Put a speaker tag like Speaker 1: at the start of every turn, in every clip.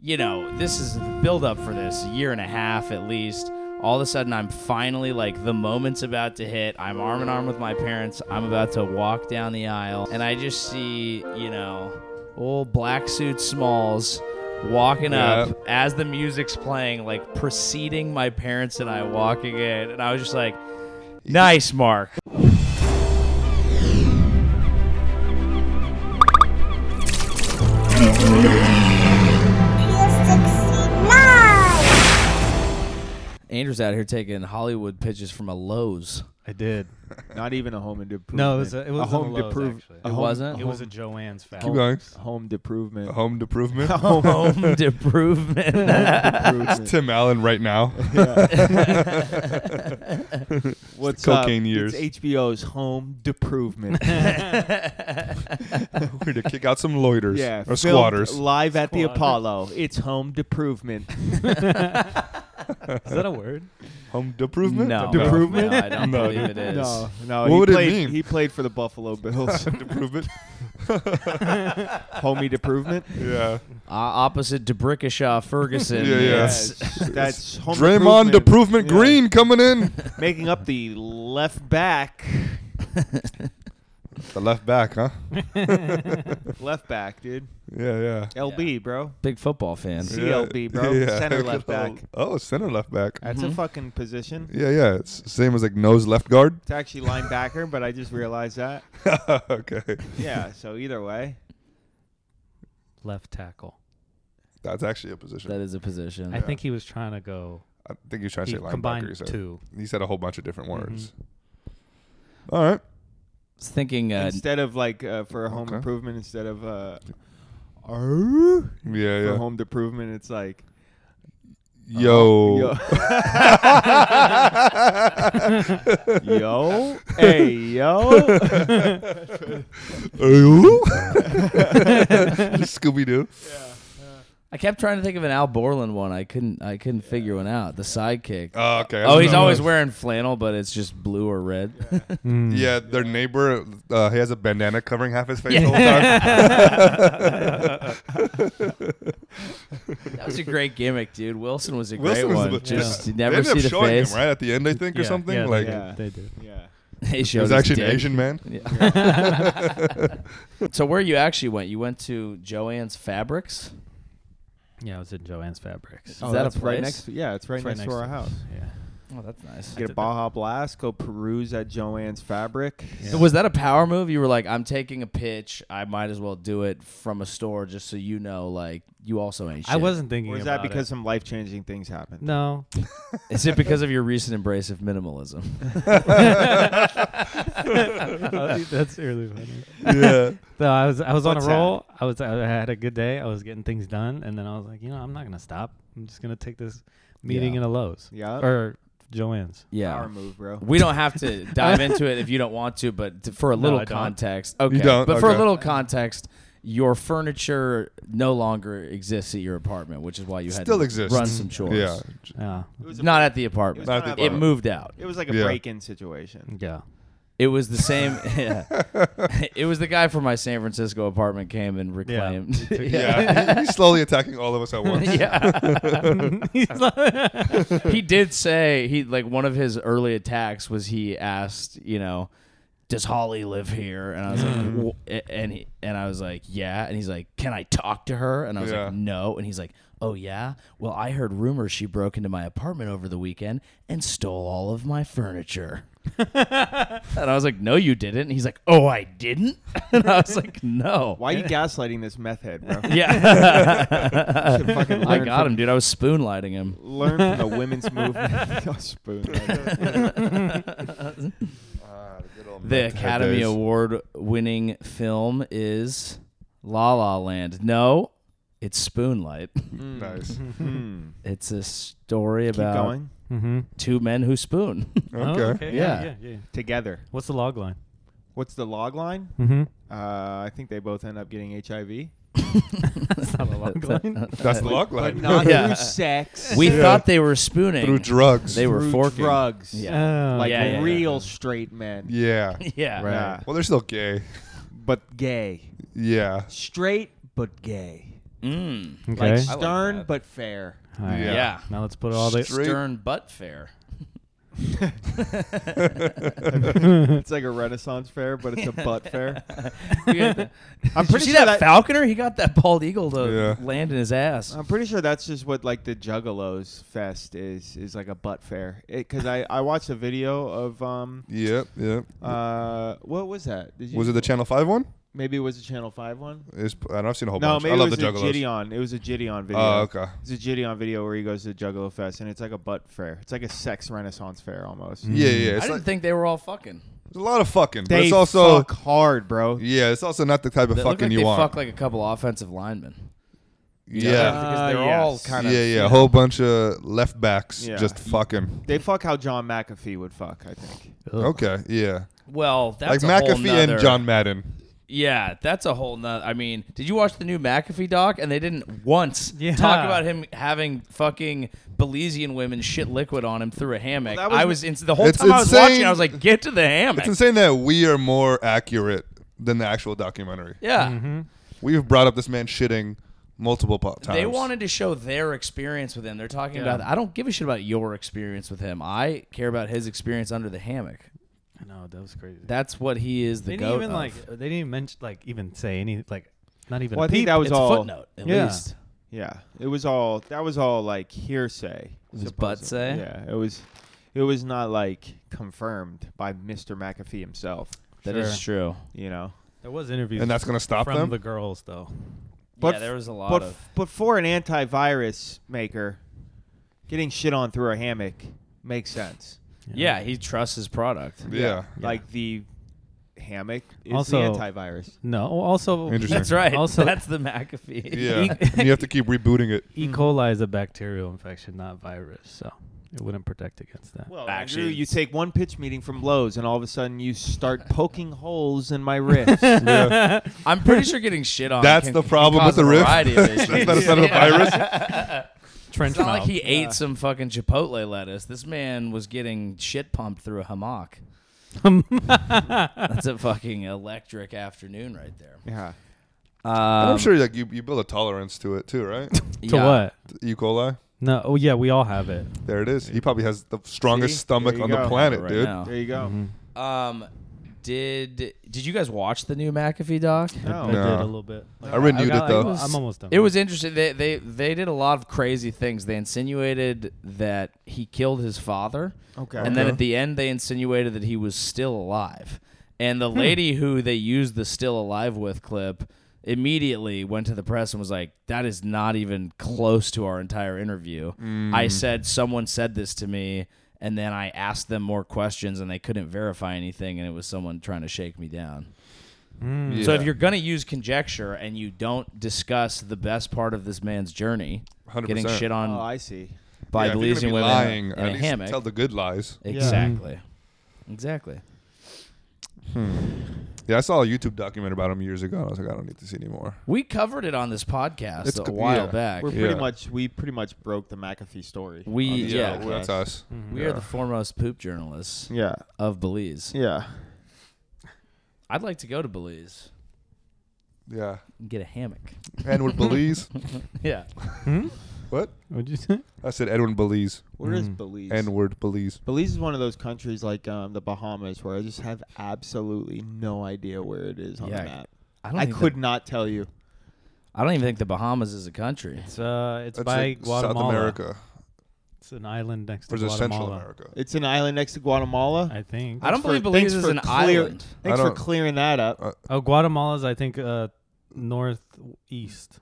Speaker 1: you know, this is the buildup for this a year and a half at least. All of a sudden, I'm finally like the moment's about to hit. I'm arm in arm with my parents. I'm about to walk down the aisle, and I just see, you know, old black suit Smalls walking
Speaker 2: Yeah.
Speaker 1: up as the music's playing, like preceding my parents and I walking in. And I was just like, nice, Mark. Andrew's out here taking Hollywood pitches from a Lowe's.
Speaker 3: I did.
Speaker 4: Not even a home improvement.
Speaker 3: No, it was a- it was
Speaker 4: a home
Speaker 3: a Lowe's,
Speaker 4: deprove-
Speaker 3: actually.
Speaker 4: a
Speaker 3: It
Speaker 4: home-
Speaker 1: wasn't?
Speaker 3: It was
Speaker 4: Oh.
Speaker 3: a Joanne's fact.
Speaker 2: Keep going.
Speaker 4: a home improvement.
Speaker 2: Home improvement.
Speaker 1: Home improvement.
Speaker 2: Oh.
Speaker 4: improvement.
Speaker 2: Tim Allen right now.
Speaker 4: What's
Speaker 2: cocaine
Speaker 4: up?
Speaker 2: years.
Speaker 4: It's HBO's home improvement.
Speaker 2: We're to kick out some loiters
Speaker 4: yeah,
Speaker 2: or
Speaker 4: filmed
Speaker 2: squatters.
Speaker 4: live at the Apollo. It's home improvement.
Speaker 3: Is that a word?
Speaker 2: Home improvement.
Speaker 1: No.
Speaker 4: Deprovement?
Speaker 1: No, I don't
Speaker 2: No,
Speaker 1: believe it is.
Speaker 4: No, no.
Speaker 2: What
Speaker 4: he
Speaker 2: would it
Speaker 4: played,
Speaker 2: mean?
Speaker 4: He played for the Buffalo Bills.
Speaker 2: improvement.
Speaker 4: Homie improvement.
Speaker 2: Yeah.
Speaker 1: Uh, opposite DeBrickishaw Ferguson.
Speaker 2: Yeah, yeah.
Speaker 1: It's-
Speaker 4: that's home
Speaker 2: Draymond improvement
Speaker 4: Yeah.
Speaker 2: Green coming in.
Speaker 4: making up the left back,
Speaker 2: the left back, huh?
Speaker 4: left back, dude.
Speaker 2: Yeah, yeah.
Speaker 4: LB, bro.
Speaker 1: Big football fan.
Speaker 4: Yeah. CLB, bro. Center left back.
Speaker 2: Oh, center left back.
Speaker 4: That's
Speaker 1: Mm-hmm.
Speaker 4: a fucking position.
Speaker 2: Yeah, yeah. It's same as like nose left guard.
Speaker 4: It's actually linebacker, but I just realized that.
Speaker 2: okay.
Speaker 4: Yeah, so either way.
Speaker 3: Left tackle.
Speaker 2: That's actually a position.
Speaker 1: That is a position.
Speaker 3: I think he was trying to go.
Speaker 2: I think you're trying to
Speaker 3: He
Speaker 2: say linebacker. You
Speaker 3: combined
Speaker 2: said.
Speaker 3: two.
Speaker 2: He said a whole bunch of different words. All right.
Speaker 1: was thinking uh,
Speaker 4: instead of like uh, for a home
Speaker 2: Okay.
Speaker 4: improvement, instead of uh,
Speaker 2: Yeah,
Speaker 4: for
Speaker 2: yeah.
Speaker 4: home improvement, it's like
Speaker 2: Yo.
Speaker 4: yo, yo, hey, yo.
Speaker 2: Scooby Doo.
Speaker 1: I kept trying to think of an Al Borland one. I couldn't. I couldn't figure one out. The sidekick.
Speaker 2: Oh, okay. I
Speaker 1: oh,
Speaker 2: don't
Speaker 1: he's
Speaker 2: know.
Speaker 1: always wearing flannel, but it's just blue or red.
Speaker 4: Mm.
Speaker 2: Yeah, their neighbor. Uh, he has a bandana covering half his face the whole time.
Speaker 1: that was a great gimmick, dude. Wilson was a great
Speaker 2: Wilson was
Speaker 1: one.
Speaker 2: the-
Speaker 1: just you
Speaker 2: They
Speaker 1: never
Speaker 2: ended up
Speaker 1: see the
Speaker 2: showing
Speaker 1: face.
Speaker 2: him right at the end, I think, or
Speaker 3: Yeah,
Speaker 2: something.
Speaker 3: yeah,
Speaker 2: like
Speaker 3: they
Speaker 4: Yeah.
Speaker 3: did. They did.
Speaker 4: Yeah.
Speaker 1: They
Speaker 2: it
Speaker 1: showed
Speaker 2: was
Speaker 1: his
Speaker 2: actually an
Speaker 1: dick.
Speaker 2: Asian man.
Speaker 1: So where you actually went? You went to Joanne's Fabrics.
Speaker 3: Yeah, it was in Joanne's Fabrics.
Speaker 1: Oh, that a
Speaker 4: that's right
Speaker 1: place?
Speaker 4: next? Yeah, it's right,
Speaker 3: It's
Speaker 4: next, to our house.
Speaker 3: Yeah.
Speaker 1: Oh, that's nice.
Speaker 4: Get a Baja Blast, go peruse at Joanne's Fabric.
Speaker 3: Yeah.
Speaker 1: Was that a power move? You were like, I'm taking a pitch. I might as well do it from a store just so you know, like, you also ain't shit.
Speaker 3: I wasn't thinking
Speaker 4: Or is
Speaker 3: about
Speaker 4: that because
Speaker 3: it.
Speaker 4: some life changing things happened?
Speaker 3: No.
Speaker 1: Is it because of your recent embrace of minimalism?
Speaker 3: That's really funny.
Speaker 2: yeah.
Speaker 3: No, I was I was on a
Speaker 4: What's
Speaker 3: roll. I was I had a good day. I was getting things done, and then I was like, you know, I'm not gonna stop. I'm just gonna take this meeting
Speaker 1: Yeah.
Speaker 3: in a Lowe's
Speaker 4: Yeah.
Speaker 3: or Joanne's.
Speaker 1: Yeah.
Speaker 4: Power move, bro.
Speaker 1: We don't have to dive into it if you don't want to, but to, for a little
Speaker 3: I don't.
Speaker 1: context, okay.
Speaker 2: don't?
Speaker 1: But for a
Speaker 2: Okay.
Speaker 1: little context, your furniture no longer exists at your apartment, which is why you had
Speaker 2: Still
Speaker 1: to
Speaker 2: exists.
Speaker 1: run some chores.
Speaker 2: Yeah.
Speaker 3: Yeah,
Speaker 4: was a-
Speaker 1: Not at the
Speaker 4: it
Speaker 1: apartment.
Speaker 4: was
Speaker 2: Not
Speaker 4: kind
Speaker 2: the
Speaker 4: of
Speaker 1: It
Speaker 4: a-
Speaker 1: moved out.
Speaker 4: It was like a
Speaker 2: Yeah.
Speaker 4: break in situation.
Speaker 3: yeah.
Speaker 1: It was the same. Yeah. it was the guy from my San Francisco apartment came and reclaimed.
Speaker 2: Yeah. he's slowly attacking all of us at once.
Speaker 1: he did say he like one of his early attacks was he asked you know does holly live here and i was like "Wh- and he, and i was like yeah and he's like can i talk to her and i was
Speaker 2: Yeah.
Speaker 1: like no and he's like oh yeah well i heard rumors she broke into my apartment over the weekend and stole all of my furniture and i was like no you didn't and he's like oh i didn't and i was like no
Speaker 4: Why are you gaslighting this meth head, bro?
Speaker 1: yeah
Speaker 4: Should fucking
Speaker 1: i
Speaker 4: learn
Speaker 1: got
Speaker 4: from-
Speaker 1: him dude i was spoon lighting him
Speaker 4: Learn from the women's movement. Oh, spoon.
Speaker 2: Ah, the good old
Speaker 1: The
Speaker 2: Mad Ted
Speaker 1: Academy
Speaker 2: days.
Speaker 1: Award winning film is La La Land. No, it's Spoonlight.
Speaker 2: Mm. Nice.
Speaker 4: Hmm.
Speaker 1: It's a story
Speaker 4: Keep
Speaker 1: about
Speaker 4: going.
Speaker 3: Mm-hmm. Oh,
Speaker 1: two men who spoon.
Speaker 2: Okay.
Speaker 1: Yeah.
Speaker 3: Yeah. yeah. yeah.
Speaker 4: Together.
Speaker 3: What's the log line?
Speaker 4: What's the log line?
Speaker 3: Mm-hmm.
Speaker 4: Uh, I think they both end up getting HIV.
Speaker 3: That's not a log line.
Speaker 2: That's the log
Speaker 4: But
Speaker 2: line.
Speaker 4: not
Speaker 1: Yeah.
Speaker 4: through sex.
Speaker 1: we
Speaker 2: Yeah.
Speaker 1: thought they were spooning.
Speaker 2: Through drugs.
Speaker 1: they were
Speaker 4: through
Speaker 1: forking.
Speaker 4: drugs.
Speaker 1: Yeah.
Speaker 3: Oh,
Speaker 4: Like
Speaker 1: Yeah, yeah, yeah.
Speaker 4: real straight men.
Speaker 2: yeah.
Speaker 1: yeah.
Speaker 4: Right.
Speaker 2: Well, they're still gay.
Speaker 4: But gay.
Speaker 2: Yeah.
Speaker 4: Straight but gay.
Speaker 1: Mm.
Speaker 3: Okay.
Speaker 4: Like stern
Speaker 1: that.
Speaker 4: but fair.
Speaker 3: All right.
Speaker 1: Yeah.
Speaker 2: Yeah.
Speaker 3: Now let's put all the.
Speaker 2: Straight-
Speaker 1: Stern but fair.
Speaker 4: It's like a Renaissance fair, but it's a butt fair.
Speaker 1: I'm pretty see that,
Speaker 4: sure that-
Speaker 1: falconer. He got that bald eagle to
Speaker 2: Yeah.
Speaker 1: land in his ass.
Speaker 4: I'm pretty sure that's just what like the Juggalos fest is is like a butt fair. It because I I watched a video of um
Speaker 2: Yep, yep.
Speaker 4: uh what was that? Did you,
Speaker 2: was it the Channel Five one?
Speaker 4: maybe it was a Channel Five one?
Speaker 2: It's, I don't, I've seen a whole
Speaker 4: No,
Speaker 2: bunch.
Speaker 4: maybe
Speaker 2: I love
Speaker 4: it was
Speaker 2: the
Speaker 4: a
Speaker 2: Juggalos.
Speaker 4: Gideon. It was a Gideon video.
Speaker 2: Oh, okay.
Speaker 4: It's a Gideon video where he goes to Juggalo Fest and it's like a butt fair. It's like a sex renaissance fair almost.
Speaker 2: Yeah, yeah.
Speaker 1: I
Speaker 2: It's
Speaker 1: didn't
Speaker 2: like,
Speaker 1: think they were all fucking.
Speaker 2: there's a lot of fucking, but
Speaker 4: They
Speaker 2: it's also
Speaker 4: fuck hard, bro.
Speaker 2: yeah, it's also not the type of
Speaker 1: They look
Speaker 2: fucking
Speaker 1: like
Speaker 2: you
Speaker 1: they
Speaker 2: want.
Speaker 1: fuck like a couple offensive linemen.
Speaker 2: yeah,
Speaker 1: because they're
Speaker 4: Uh,
Speaker 1: all
Speaker 4: yes.
Speaker 1: kind
Speaker 2: yeah,
Speaker 1: of
Speaker 2: yeah, A whole bunch of left backs
Speaker 4: Yeah.
Speaker 2: just fucking.
Speaker 4: They fuck how John McAfee would fuck, I think.
Speaker 3: Ugh.
Speaker 2: Okay, yeah.
Speaker 1: Well, that's
Speaker 2: like
Speaker 1: a whole
Speaker 2: McAfee
Speaker 1: nother-
Speaker 2: and John Madden.
Speaker 1: Yeah, that's a whole nother. I mean, did you watch the new McAfee doc? And they didn't once
Speaker 3: Yeah.
Speaker 1: talk about him having fucking Belizean women shit liquid on him through a hammock.
Speaker 4: Well, that was-
Speaker 1: I was in, the whole
Speaker 2: It's
Speaker 1: time I was watching,
Speaker 2: insane.
Speaker 1: I was like, get to the hammock.
Speaker 2: It's insane that we are more accurate than the actual documentary.
Speaker 1: yeah,
Speaker 3: Mm-hmm.
Speaker 2: We've brought up this man shitting multiple po- times.
Speaker 1: they wanted to show their experience with him. They're talking about. I don't give a shit about your experience with him. I care about his experience under the hammock.
Speaker 3: I know that was crazy.
Speaker 1: That's what he is the
Speaker 3: they didn't
Speaker 1: goat
Speaker 3: even
Speaker 1: of.
Speaker 3: like. They didn't even mention like even say any like not even.
Speaker 4: Well, I
Speaker 3: a peep.
Speaker 4: think that was
Speaker 1: it's a
Speaker 4: all
Speaker 1: footnote at
Speaker 3: Yeah.
Speaker 1: least.
Speaker 4: Yeah, it was all that was all like hearsay.
Speaker 1: was butt
Speaker 4: supposedly.
Speaker 1: say?
Speaker 4: Yeah, it was. It was not like confirmed by Mr. McAfee himself.
Speaker 1: That is true.
Speaker 4: You know,
Speaker 3: There was interviews.
Speaker 2: and that's gonna stop
Speaker 3: from
Speaker 2: them.
Speaker 3: the girls though.
Speaker 4: But
Speaker 1: yeah,
Speaker 4: f-
Speaker 1: there was a lot
Speaker 4: but
Speaker 1: of.
Speaker 4: f- but for an antivirus maker, getting shit on through a hammock makes sense.
Speaker 1: Yeah, he trusts his product.
Speaker 2: yeah.
Speaker 4: Like the hammock is
Speaker 3: Also-
Speaker 4: the antivirus.
Speaker 3: No. Also,
Speaker 2: Interesting.
Speaker 1: That's right.
Speaker 3: Also-
Speaker 1: that's the McAfee.
Speaker 2: Yeah. and you have to keep rebooting it.
Speaker 3: E. coli is a bacterial infection, not virus, so it wouldn't protect against that.
Speaker 4: Well,
Speaker 1: Actually,
Speaker 4: Andrew, you
Speaker 1: it's-
Speaker 4: take one pitch meeting from Lowe's, and all of a sudden you start poking holes in my wrist.
Speaker 2: Yeah.
Speaker 1: I'm pretty sure getting shit on.
Speaker 2: That's
Speaker 1: can-
Speaker 2: the
Speaker 1: can
Speaker 2: problem
Speaker 1: cause
Speaker 2: with
Speaker 1: a
Speaker 2: the riff.
Speaker 1: variety of
Speaker 2: That's
Speaker 1: issues.
Speaker 2: not a sign of a virus.
Speaker 3: Trench
Speaker 1: It's not like
Speaker 3: mouth.
Speaker 1: he ate some fucking Chipotle lettuce. This man was getting shit pumped through a hammock. That's a fucking electric afternoon right there.
Speaker 4: yeah.
Speaker 2: And
Speaker 1: Um,
Speaker 2: I'm sure like you, you build a tolerance to it too, right?
Speaker 3: to
Speaker 1: yeah.
Speaker 3: what?
Speaker 2: e. coli.
Speaker 3: No. Oh yeah, we all have it.
Speaker 2: There it is. He probably has the strongest
Speaker 4: See?
Speaker 2: stomach
Speaker 4: There you
Speaker 2: on
Speaker 4: go.
Speaker 2: the planet,
Speaker 1: Right
Speaker 2: dude.
Speaker 1: now.
Speaker 4: There you
Speaker 3: Oh,
Speaker 4: go.
Speaker 3: Mm-hmm.
Speaker 1: Um, did did you guys watch the new McAfee doc?
Speaker 4: No.
Speaker 3: I did
Speaker 2: No.
Speaker 3: a little bit.
Speaker 2: I renewed
Speaker 3: got,
Speaker 2: it though.
Speaker 3: Like, I'm almost done.
Speaker 1: It was interesting. They they they did a lot of crazy things. They insinuated that he killed his father.
Speaker 4: Okay.
Speaker 1: And then
Speaker 2: Okay.
Speaker 1: at the end, they insinuated that he was still alive. And the lady who they used the still alive with clip immediately went to the press and was like, that is not even close to our entire interview. I said, someone said this to me. And then I asked them more questions and they couldn't verify anything. And it was someone trying to shake me down. So
Speaker 3: Mm.
Speaker 2: Yeah.
Speaker 1: if you're going to use conjecture and you don't discuss the best part of this man's journey, getting
Speaker 2: 100%.
Speaker 1: shit on
Speaker 4: Oh, I see.
Speaker 1: by
Speaker 2: yeah, if you're
Speaker 1: Belizean
Speaker 2: gonna be
Speaker 1: women
Speaker 2: lying,
Speaker 1: in
Speaker 2: at
Speaker 1: a
Speaker 2: least
Speaker 1: hammock,
Speaker 2: tell the good lies.
Speaker 1: Exactly. Exactly.
Speaker 2: Yeah, I saw a YouTube document about him years ago. and I was like, I don't need to see anymore.
Speaker 1: We covered it on this podcast
Speaker 2: It's
Speaker 1: a
Speaker 2: co-
Speaker 1: while
Speaker 2: yeah.
Speaker 1: back.
Speaker 4: We're
Speaker 1: We're,
Speaker 2: Yeah.
Speaker 4: pretty much we pretty much broke the McAfee story.
Speaker 1: We-
Speaker 4: on this
Speaker 1: yeah.
Speaker 2: well,
Speaker 4: podcast.
Speaker 2: that's us.
Speaker 1: we are the foremost poop journalists
Speaker 4: yeah
Speaker 1: of Belize.
Speaker 4: yeah.
Speaker 1: I'd like to go to Belize
Speaker 2: Yeah,
Speaker 1: and get a hammock.
Speaker 2: Edwin Belize.
Speaker 1: Yeah.
Speaker 2: What?
Speaker 3: Hmm? What'd you say?
Speaker 2: I said Edwin Belize.
Speaker 4: Where is Belize?
Speaker 2: N word Belize.
Speaker 4: Belize is one of those countries like um, the Bahamas where I just have absolutely no idea where it is on
Speaker 1: Yeah,
Speaker 4: the map.
Speaker 1: I
Speaker 4: I,
Speaker 1: think
Speaker 4: could
Speaker 1: the-
Speaker 4: not tell you.
Speaker 1: I don't even think the Bahamas is a country.
Speaker 3: It's uh, it's
Speaker 2: That's
Speaker 3: by
Speaker 2: like
Speaker 3: Guatemala.
Speaker 2: South America.
Speaker 3: It's an island next to
Speaker 2: Or is it Central
Speaker 3: Guatemala.
Speaker 2: America?
Speaker 4: It's an island next to Guatemala.
Speaker 3: I think.
Speaker 1: I don't believe
Speaker 4: Thanks for-
Speaker 1: Belize
Speaker 4: thanks
Speaker 1: is
Speaker 4: for
Speaker 1: an
Speaker 4: clear-
Speaker 1: island.
Speaker 4: Thanks
Speaker 2: I
Speaker 4: for
Speaker 2: don't-
Speaker 4: clearing that up.
Speaker 3: Oh, Guatemala's I think uh, northeast.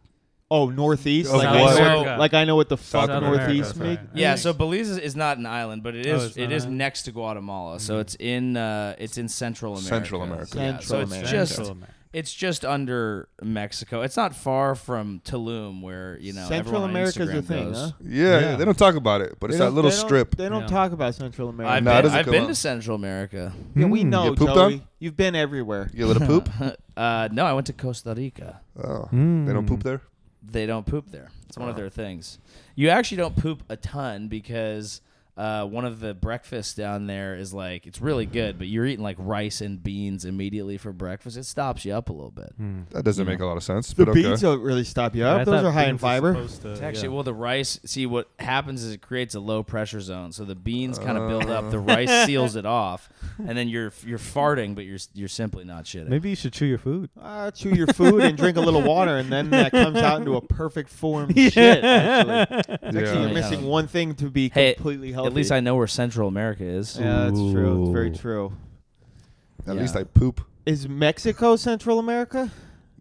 Speaker 4: Oh, northeast.
Speaker 2: Of
Speaker 4: Like I,
Speaker 2: what?
Speaker 4: know,
Speaker 3: America.
Speaker 4: like I know what the fuck
Speaker 2: South America,
Speaker 4: northeast
Speaker 3: sorry.
Speaker 4: mean.
Speaker 1: Yeah, so Belize is, is not an island, but it
Speaker 3: Oh,
Speaker 1: is
Speaker 3: it's
Speaker 1: it
Speaker 3: not
Speaker 1: is
Speaker 3: an-
Speaker 1: next to Guatemala. So it's in uh, it's in Central America.
Speaker 2: Central America.
Speaker 1: Yeah,
Speaker 4: Central
Speaker 1: so it's
Speaker 4: America.
Speaker 1: just
Speaker 3: Central America.
Speaker 1: it's just under Mexico. It's not far from Tulum where, you know, everyone
Speaker 4: Central
Speaker 1: on
Speaker 4: America's
Speaker 1: Instagram
Speaker 4: a thing,
Speaker 1: goes.
Speaker 4: huh?
Speaker 2: Yeah, yeah,
Speaker 3: Yeah.
Speaker 2: they don't talk about it, but
Speaker 4: They
Speaker 2: it's that
Speaker 4: don't-
Speaker 2: little
Speaker 4: they don't-
Speaker 2: strip.
Speaker 4: They don't
Speaker 3: Yeah.
Speaker 4: talk about Central America.
Speaker 1: I've
Speaker 2: No, it
Speaker 1: been,
Speaker 2: doesn't
Speaker 1: I've
Speaker 2: come
Speaker 1: been
Speaker 2: up.
Speaker 1: to Central America.
Speaker 4: yeah, we
Speaker 3: Mm.
Speaker 4: know,
Speaker 2: Hmm. get pooped
Speaker 4: Joey.
Speaker 2: on?
Speaker 4: You've been everywhere.
Speaker 2: You let it poop?
Speaker 1: Uh, no, I went to Costa Rica.
Speaker 2: Oh, they don't poop there.
Speaker 1: They don't poop there. It's one of their things. You actually don't poop a ton because uh, uh, one of the breakfasts down there is like it's really good, but you're eating like rice and beans immediately for breakfast. It stops you up a little
Speaker 3: Mm.
Speaker 1: bit.
Speaker 2: That doesn't make a lot of sense.
Speaker 4: The
Speaker 2: but okay.
Speaker 4: beans don't really stop you
Speaker 3: I
Speaker 4: up. Those
Speaker 3: thought
Speaker 4: are high in
Speaker 3: beans was
Speaker 4: fiber.
Speaker 3: supposed to-
Speaker 1: It's actually
Speaker 3: Uh, yeah.
Speaker 1: well the rice. See what happens is it creates a low pressure zone, so the beans kind
Speaker 3: Uh.
Speaker 1: of build up. The rice seals it off, and then you're you're farting, but you're you're simply not shitting.
Speaker 3: Maybe you should chew your food.
Speaker 4: Uh, chew your food and drink a little water, and then that comes out into a perfect form. Shit, actually. Actually,
Speaker 1: Yeah.
Speaker 4: you're missing one thing to be
Speaker 1: Hey,
Speaker 4: completely healthy.
Speaker 1: At least I know where Central America is.
Speaker 4: Yeah, that's true. It's very
Speaker 3: Ooh.
Speaker 4: true.
Speaker 2: At least
Speaker 1: Yeah.
Speaker 2: I poop.
Speaker 4: Is Mexico Central America?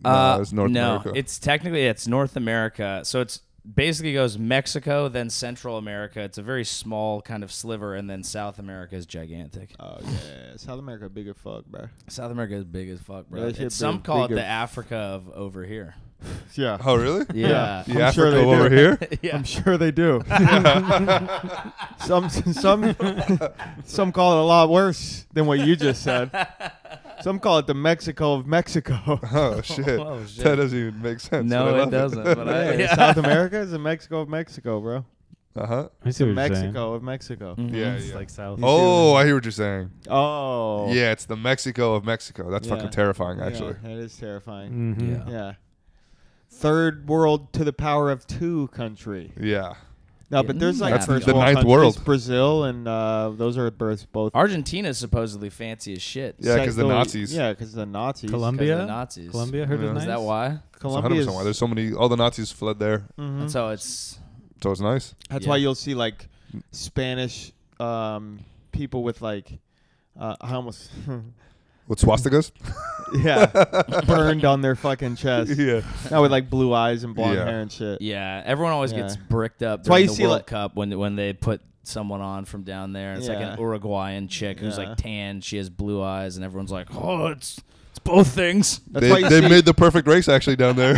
Speaker 2: Nah,
Speaker 1: Uh,
Speaker 2: it's North
Speaker 1: no,
Speaker 2: America.
Speaker 1: it's technically it's North America. So it's basically goes Mexico, then Central America. It's a very small kind of sliver, and then South America is gigantic.
Speaker 4: Oh yeah, South America big as fuck, bro.
Speaker 1: South America is big as fuck, bro.
Speaker 4: That shit
Speaker 1: It's- some
Speaker 4: big-
Speaker 1: call it
Speaker 4: big
Speaker 1: the
Speaker 4: as-
Speaker 1: Africa of over here.
Speaker 4: Yeah,
Speaker 2: Oh, really?
Speaker 1: Yeah.
Speaker 2: The
Speaker 4: I'm sure
Speaker 2: Africa
Speaker 4: they do.
Speaker 2: over here?
Speaker 1: yeah.
Speaker 4: I'm sure they do. some some some call it a lot worse than what you just said. Some call it the Mexico of Mexico.
Speaker 2: Oh, shit.
Speaker 1: Oh, shit.
Speaker 2: That doesn't even make sense.
Speaker 1: No,
Speaker 2: but I
Speaker 1: it
Speaker 2: love
Speaker 1: doesn't. But I,
Speaker 4: Yeah, South America is the Mexico of Mexico, bro.
Speaker 2: Uh-huh.
Speaker 3: I see what you're saying.
Speaker 4: Mexico of Mexico.
Speaker 1: Mhm.
Speaker 2: Yeah,
Speaker 3: It's
Speaker 2: yeah.
Speaker 3: like south.
Speaker 2: Oh, I hear what you're saying.
Speaker 4: Oh.
Speaker 2: Yeah, it's the Mexico of Mexico. That's
Speaker 4: Yeah.
Speaker 2: fucking terrifying, actually.
Speaker 4: Yeah, that is terrifying.
Speaker 3: Mhm.
Speaker 1: Yeah.
Speaker 4: Yeah. Third world to the power of two country.
Speaker 2: Yeah.
Speaker 4: No, but there's like
Speaker 1: That's
Speaker 4: first
Speaker 1: the
Speaker 4: world
Speaker 2: ninth
Speaker 4: countries,
Speaker 2: world.
Speaker 4: Brazil, and uh, those are both both.
Speaker 1: Argentina's supposedly fancy as shit.
Speaker 2: Yeah, 'cause the
Speaker 4: secular-
Speaker 2: Nazis.
Speaker 4: Yeah, because the Nazis.
Speaker 3: Colombia.
Speaker 1: 'cause of the Nazis.
Speaker 3: Colombia heard
Speaker 2: Yeah.
Speaker 3: it
Speaker 1: Is
Speaker 3: nice.
Speaker 1: that why?
Speaker 2: It's
Speaker 4: Colombia's-
Speaker 2: 100% why. There's so many. All the Nazis fled there,
Speaker 4: Mhm.
Speaker 1: And so it's
Speaker 2: so it's nice.
Speaker 4: That's
Speaker 1: Yeah.
Speaker 4: why you'll see like Spanish um, people with like uh, I almost
Speaker 2: With swastikas?
Speaker 4: yeah burned on their fucking chest.
Speaker 2: yeah.
Speaker 4: Now with like blue eyes and blonde
Speaker 2: Yeah.
Speaker 4: hair and shit.
Speaker 1: Yeah, everyone always
Speaker 4: Yeah.
Speaker 1: gets bricked up
Speaker 4: That's why
Speaker 1: during
Speaker 4: you
Speaker 1: the
Speaker 4: see,
Speaker 1: World
Speaker 4: like-
Speaker 1: Cup when when they put someone on from down there. It's like
Speaker 4: Yeah.
Speaker 1: an Uruguayan chick who's
Speaker 4: Yeah.
Speaker 1: like tan, she has blue eyes, and everyone's like, "Oh, it's it's both things."
Speaker 4: That's why
Speaker 2: They,
Speaker 4: you
Speaker 2: they
Speaker 4: see,
Speaker 2: made the perfect race, actually, down there.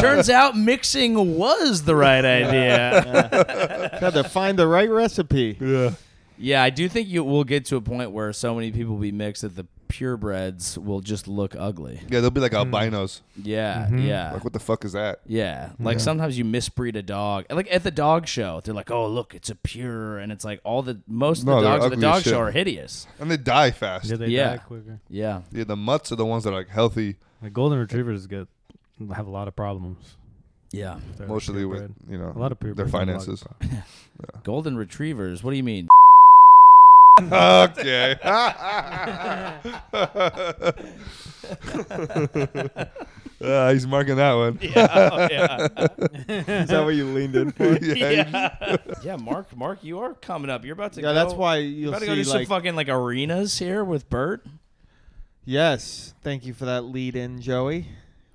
Speaker 1: Turns out mixing was the right idea.
Speaker 4: had to find the right recipe.
Speaker 2: yeah.
Speaker 1: yeah, I do think you will get to a point where so many people will be mixed that the purebreds will just look ugly.
Speaker 2: Yeah, they'll be like
Speaker 4: Hmm.
Speaker 2: albinos.
Speaker 1: Yeah,
Speaker 3: Mhm.
Speaker 4: Ah.
Speaker 1: yeah.
Speaker 2: Mm-hmm. Like, what the fuck is that?
Speaker 1: Yeah, like sometimes you misbreed a dog. Like at the dog show, they're like, "Oh, look, it's a pure," and it's like all the most of
Speaker 2: No,
Speaker 1: the
Speaker 2: they're
Speaker 1: dogs at the
Speaker 2: ugly as
Speaker 1: dog
Speaker 2: shit.
Speaker 1: show are hideous.
Speaker 2: And they die fast.
Speaker 3: Yeah,
Speaker 2: Yeah,
Speaker 3: they
Speaker 1: Yeah.
Speaker 3: die quicker.
Speaker 1: Yeah,
Speaker 2: the mutts are the ones that are like healthy,
Speaker 3: The golden retrievers get have a lot of problems.
Speaker 1: yeah.
Speaker 3: if they're
Speaker 2: mostly with
Speaker 3: purebred.
Speaker 2: you know
Speaker 3: a lot of
Speaker 2: their
Speaker 3: purebred
Speaker 2: finances.
Speaker 1: Golden retrievers. What do you mean?
Speaker 2: okay. Ah, he's marking that one.
Speaker 1: oh,
Speaker 4: Is that what you leaned in for? yeah,
Speaker 1: yeah. yeah, Mark. Mark, you are coming up. You're about to. go,
Speaker 4: that's why
Speaker 1: You're
Speaker 4: you'll
Speaker 1: about to
Speaker 4: see
Speaker 1: go do some
Speaker 4: like
Speaker 1: fucking like arenas here with Bert.
Speaker 4: yes. Thank you for that lead in, Joey.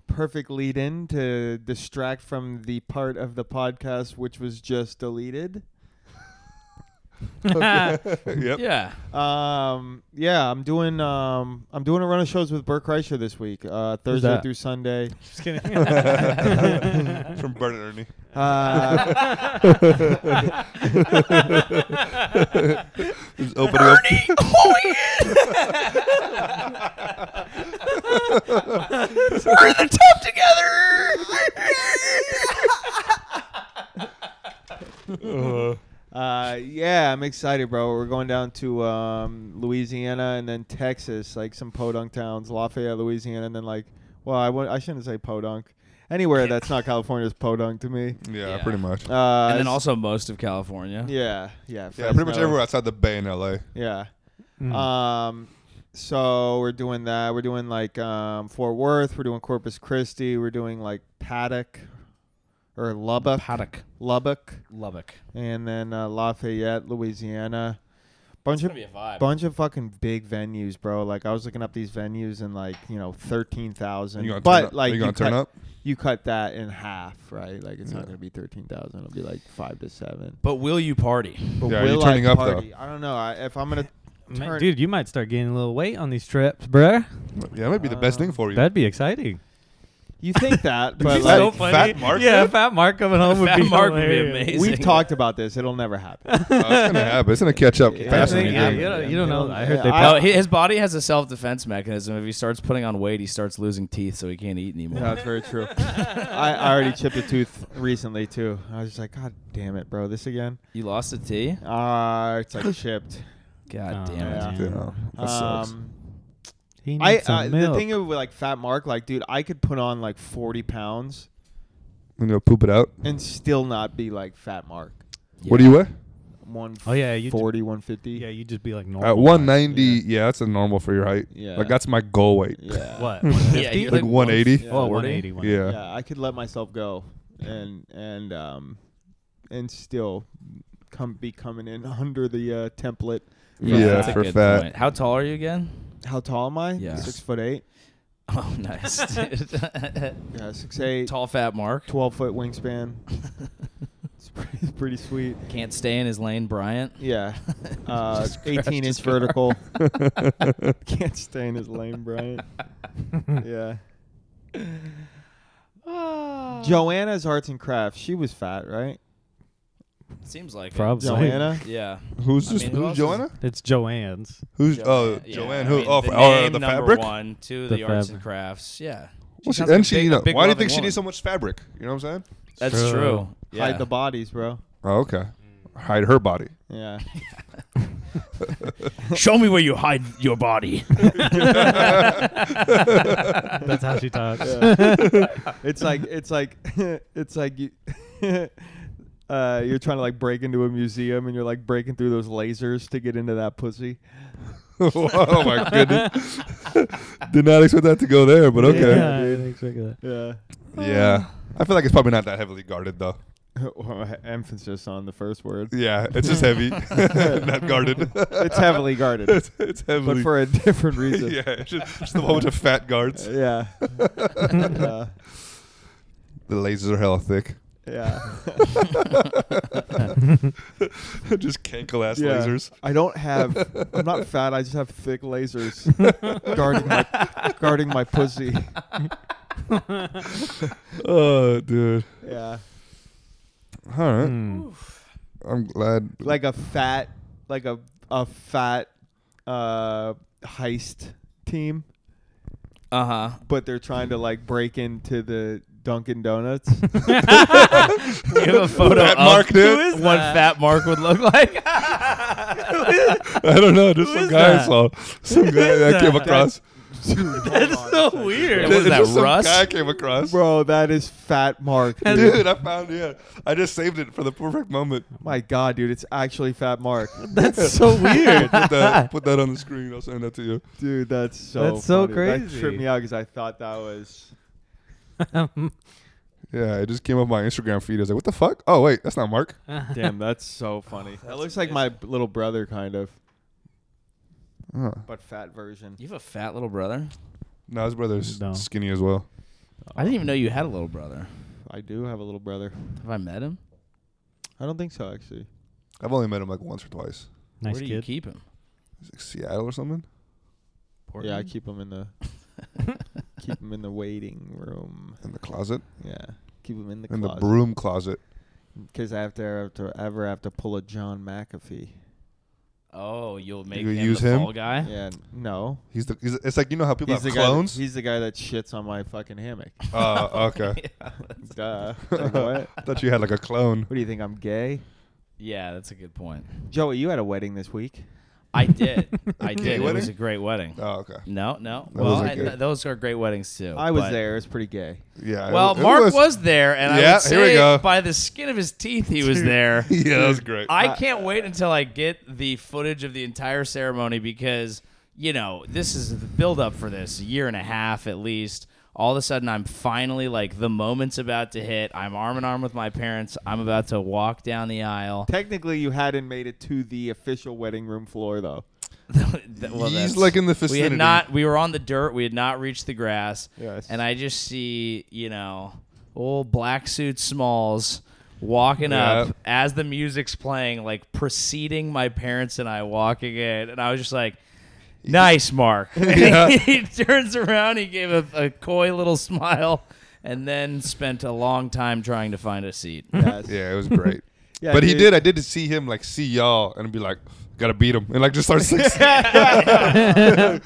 Speaker 4: Perfect lead in to distract from the part of the podcast which was just deleted.
Speaker 2: yep.
Speaker 1: Yeah.
Speaker 4: Um, yeah, I'm doing um, I'm doing a run of shows with Burt Kreischer this week, uh, Thursday
Speaker 3: that?
Speaker 4: through Sunday.
Speaker 3: Just kidding.
Speaker 2: From Bert and Ernie.
Speaker 4: Uh,
Speaker 2: Just open it up.
Speaker 1: We're the top together.
Speaker 2: Uh-huh.
Speaker 4: uh, yeah, I'm excited, bro. We're going down to um, Louisiana and then Texas, like some podunk towns, Lafayette, Louisiana, and then like, well, I w- I shouldn't say podunk. Anywhere that's not California is podunk to me.
Speaker 2: Yeah,
Speaker 1: Yeah.
Speaker 2: pretty much.
Speaker 4: Uh,
Speaker 1: and then
Speaker 4: it's-
Speaker 1: also most of California.
Speaker 4: yeah,
Speaker 2: yeah,
Speaker 4: yeah,
Speaker 2: pretty much
Speaker 4: Fresno.
Speaker 2: everywhere outside the Bay in LA.
Speaker 4: Yeah.
Speaker 3: Mm.
Speaker 4: Um, so we're doing that. We're doing like um, Fort Worth. We're doing Corpus Christi. We're doing like Paddock or Lubbock,
Speaker 1: Paddock,
Speaker 4: Lubbock,
Speaker 1: Lubbock.
Speaker 4: and then uh, Lafayette, Louisiana. Bunch of
Speaker 1: a vibe.
Speaker 4: bunch of fucking big venues, bro. Like I was looking up these venues and like you know thirteen
Speaker 2: Are you gonna
Speaker 4: thousand.
Speaker 2: turn
Speaker 4: But
Speaker 2: up?
Speaker 4: like
Speaker 2: Are you gonna
Speaker 4: cut,
Speaker 2: turn up?
Speaker 4: you cut that in half, right? Like it's
Speaker 2: Yeah.
Speaker 4: not gonna be thirteen thousand. It'll be like five to seven.
Speaker 1: but will you party?
Speaker 4: But
Speaker 2: Yeah, are you
Speaker 4: will
Speaker 2: turning
Speaker 4: I
Speaker 2: up, though?
Speaker 4: party? I don't know. I, if I'm gonna
Speaker 3: Ma-
Speaker 4: turn-
Speaker 3: Dude, you might start gaining a little weight on these trips, bruh.
Speaker 2: Yeah, that might be the best
Speaker 4: Um,
Speaker 2: thing for you.
Speaker 3: That'd be exciting.
Speaker 4: You think that, but
Speaker 3: He's
Speaker 4: like,
Speaker 3: so
Speaker 2: Fat
Speaker 3: funny.
Speaker 2: Mark
Speaker 3: Yeah,
Speaker 2: did?
Speaker 3: Fat Mark coming home would
Speaker 1: Fat
Speaker 3: be
Speaker 1: Mark would be
Speaker 3: hilarious.
Speaker 1: amazing.
Speaker 4: we've talked about this. It'll never happen.
Speaker 2: Uh, it's gonna happen. It's gonna catch up
Speaker 4: Yeah,
Speaker 3: I
Speaker 2: faster. than
Speaker 3: think-
Speaker 2: you
Speaker 3: yeah,
Speaker 2: think.
Speaker 3: you don't, you don't know. I
Speaker 4: Yeah,
Speaker 3: heard they.
Speaker 4: I-
Speaker 1: No,
Speaker 3: put-
Speaker 1: he, his body has a self defense mechanism. If he starts putting on weight, he starts losing teeth, so he can't eat anymore.
Speaker 4: No, that's very true. I, I already chipped a tooth recently too. I was just like, God damn it, bro, this again.
Speaker 1: You lost a T?
Speaker 4: Ah, it's like chipped.
Speaker 1: God
Speaker 3: Oh,
Speaker 1: damn it.
Speaker 4: yeah.
Speaker 2: Yeah, that sucks.
Speaker 4: Um,
Speaker 3: he
Speaker 4: I
Speaker 3: needs some
Speaker 4: uh, the
Speaker 3: milk.
Speaker 4: thing with like Fat Mark, like, dude, I could put on like forty pounds
Speaker 2: You know, poop it out.
Speaker 4: and still not be like Fat Mark.
Speaker 2: What do you weigh?
Speaker 4: One.
Speaker 3: Oh, yeah, you d-
Speaker 4: 40, 150.
Speaker 3: yeah, you just be like normal.
Speaker 2: At 190, yeah. that's a normal for your height.
Speaker 4: Yeah.
Speaker 2: Like that's my goal weight.
Speaker 4: Yeah.
Speaker 3: What?
Speaker 1: Yeah, you're
Speaker 2: Like 180.
Speaker 4: Yeah.
Speaker 3: Oh,
Speaker 1: 180.
Speaker 3: 180.
Speaker 2: Yeah.
Speaker 4: Yeah, I could let myself go, and and um, and still come be coming in under the uh, template.
Speaker 2: Yeah,
Speaker 1: that's a
Speaker 2: for
Speaker 1: good
Speaker 2: fat.
Speaker 1: How tall are you again?
Speaker 4: How tall am I?
Speaker 1: Yeah.
Speaker 4: Six foot eight.
Speaker 1: Oh, nice. dude.
Speaker 4: Yeah, six eight.
Speaker 1: tall, fat Mark.
Speaker 4: 12 foot wingspan. it's, pretty, it's pretty sweet.
Speaker 1: Can't stay in his lane, Bryant.
Speaker 4: Yeah. Uh,
Speaker 1: Just crashed
Speaker 4: 18
Speaker 1: his
Speaker 4: inch
Speaker 1: car.
Speaker 4: vertical. Can't stay in his lane, Bryant. yeah. Joanna's Arts and Crafts. She was fat, right?
Speaker 1: Seems like it.
Speaker 3: Probably.
Speaker 4: Joanna?
Speaker 1: Yeah.
Speaker 2: Who's
Speaker 1: I
Speaker 2: this?
Speaker 1: mean, who else
Speaker 2: who's
Speaker 1: is-
Speaker 2: Joanna?
Speaker 3: It's Joanne's.
Speaker 2: Who's oh
Speaker 1: Yeah,
Speaker 2: Joanne?
Speaker 1: I
Speaker 2: Who?
Speaker 1: mean,
Speaker 2: oh,
Speaker 1: the
Speaker 2: for- oh,
Speaker 1: name
Speaker 2: the
Speaker 1: number
Speaker 2: fabric.
Speaker 1: one, two, the,
Speaker 3: The
Speaker 1: arts and
Speaker 3: fabric.
Speaker 1: crafts. Yeah.
Speaker 2: Well, she-
Speaker 1: sounds like
Speaker 2: and
Speaker 1: a big-
Speaker 2: she.
Speaker 1: a
Speaker 2: You know,
Speaker 1: big
Speaker 2: why do you
Speaker 1: loving
Speaker 2: think she
Speaker 1: woman.
Speaker 2: needs so much fabric? You know what I'm saying?
Speaker 1: That's
Speaker 3: True.
Speaker 1: true. Yeah.
Speaker 4: Hide the bodies, bro.
Speaker 2: Oh, okay. Hide her body.
Speaker 4: Yeah.
Speaker 1: Show me where you hide your body.
Speaker 3: That's how she talks.
Speaker 4: it's like it's like it's like you uh, you're trying to like break into a museum and you're like breaking through those lasers to get into that pussy.
Speaker 2: oh my goodness! Did not expect that to go there, but okay.
Speaker 3: Yeah,
Speaker 2: Yeah.
Speaker 3: I didn't expect that.
Speaker 4: Yeah.
Speaker 2: I feel like it's probably not that heavily guarded though.
Speaker 4: e-, Emphasis on the first word.
Speaker 2: Yeah, it's just heavy, not guarded.
Speaker 4: It's heavily guarded,
Speaker 2: it's, it's heavily.
Speaker 4: but for a different reason.
Speaker 2: yeah, it's just, just a bunch of fat guards.
Speaker 4: Uh, Yeah. yeah.
Speaker 2: The lasers are hella thick.
Speaker 4: Yeah.
Speaker 2: just cankle ass
Speaker 4: Yeah.
Speaker 2: lasers.
Speaker 4: I don't have. I'm not fat. I just have thick lasers guarding my guarding my pussy.
Speaker 2: Oh, dude.
Speaker 4: Yeah.
Speaker 2: All right.
Speaker 3: Hmm.
Speaker 2: I'm glad.
Speaker 4: Like a fat, like a a fat uh, heist team,
Speaker 1: Uh huh.
Speaker 4: but they're trying to like break into the Dunkin' Donuts.
Speaker 1: You have a photo of
Speaker 2: Fat Mark, dude. Who is
Speaker 1: what Fat Mark would look like.
Speaker 4: uh,
Speaker 2: I don't know. Just some
Speaker 3: is
Speaker 2: guy I
Speaker 3: that?
Speaker 2: saw. Some guy that I came
Speaker 3: that?
Speaker 2: across.
Speaker 4: Dude,
Speaker 3: That's
Speaker 4: hold on a
Speaker 3: so
Speaker 4: second.
Speaker 1: What
Speaker 3: weird.
Speaker 1: was
Speaker 2: It's
Speaker 1: that,
Speaker 2: just some
Speaker 1: Russ?
Speaker 2: guy I came across.
Speaker 4: Bro, that is Fat Mark. dude.
Speaker 2: Dude, I found yeah. I just saved it for the perfect moment.
Speaker 4: My God, dude, it's actually Fat Mark.
Speaker 3: That's so weird.
Speaker 2: Put that, put that on the screen. I'll send that to you.
Speaker 4: Dude, that's so
Speaker 3: That's so
Speaker 4: funny. That
Speaker 3: crazy.
Speaker 4: tripped me out because I thought that was
Speaker 2: Yeah, it just came up my Instagram feed. I was like, "What the fuck? Oh wait, that's not Mark."
Speaker 4: damn. That's
Speaker 3: Oh,
Speaker 4: so funny. that looks like my little brother, kind of,
Speaker 2: Huh.
Speaker 4: but fat version.
Speaker 1: You have a fat little brother.
Speaker 2: No, his brother's
Speaker 3: No.
Speaker 2: skinny as well.
Speaker 1: I didn't even know you had a little brother.
Speaker 4: I do have a little brother.
Speaker 1: Have I met him?
Speaker 4: I don't think so, actually.
Speaker 2: I've only met him like once or twice.
Speaker 3: nice
Speaker 1: Where do you
Speaker 3: kid.
Speaker 1: keep him?
Speaker 2: He's like Seattle or something.
Speaker 4: Yeah, I
Speaker 1: Portland?
Speaker 4: keep him in the keep him in the waiting room.
Speaker 2: In the closet.
Speaker 4: Yeah, keep him in the
Speaker 2: in the
Speaker 4: closet.
Speaker 2: broom closet.
Speaker 4: because I have to, have to ever have to pull a John McAfee.
Speaker 1: Oh, you'll make
Speaker 2: You
Speaker 1: him
Speaker 2: use
Speaker 1: the
Speaker 2: him?
Speaker 1: fall guy.
Speaker 4: Yeah, no.
Speaker 2: He's the. He's, it's like you know how people
Speaker 4: He's the
Speaker 2: have
Speaker 4: guy. That,
Speaker 2: clones.
Speaker 4: he's the guy that shits on my fucking hammock.
Speaker 2: Uh, okay.
Speaker 4: Duh. Like, what?
Speaker 2: I thought you had like a clone.
Speaker 4: What do you think? I'm gay?
Speaker 1: Yeah, that's a good point.
Speaker 4: Joey, you had a wedding this week.
Speaker 1: I did. I
Speaker 2: Gay
Speaker 1: did. It was
Speaker 2: wedding?
Speaker 1: a great wedding.
Speaker 2: Oh, okay.
Speaker 1: No, no.
Speaker 2: That
Speaker 1: well,
Speaker 2: was a
Speaker 1: I,
Speaker 2: good-
Speaker 1: th- those are great weddings too.
Speaker 4: I was
Speaker 1: but-
Speaker 4: there. It's pretty gay.
Speaker 2: Yeah. it
Speaker 1: Well,
Speaker 2: was- it
Speaker 1: Mark was, there, and I
Speaker 2: Yeah,
Speaker 1: would
Speaker 2: here we
Speaker 1: say
Speaker 2: go.
Speaker 1: by the skin of his teeth, he was there.
Speaker 2: Yeah, that was great.
Speaker 1: I can't wait until I get the footage of the entire ceremony because, you know, this is the build up for this, a year and a half at least. All of a sudden, I'm finally like the moment's about to hit. I'm arm in arm with my parents. I'm about to walk down the aisle.
Speaker 4: Technically, you hadn't made it to the official wedding room floor, though.
Speaker 1: That- well,
Speaker 2: He's
Speaker 1: that's-
Speaker 2: like in the
Speaker 1: We had
Speaker 2: vicinity.
Speaker 1: not. We were on the dirt. We had not reached the grass.
Speaker 4: Yes.
Speaker 1: And I just see, you know, old black suit Smalls walking
Speaker 2: Yeah.
Speaker 1: up as the music's playing, like preceding my parents and I walking in, and I was just like. Nice, Mark.
Speaker 2: Yeah.
Speaker 1: he turns around. He gave a, a coy little smile, and then spent a long time trying to find a seat.
Speaker 4: Yes.
Speaker 2: Yeah, it was great.
Speaker 4: Yeah,
Speaker 2: but he
Speaker 4: dude.
Speaker 2: did. I did see him like see y'all and be like, gotta beat him, and like just start six.
Speaker 1: That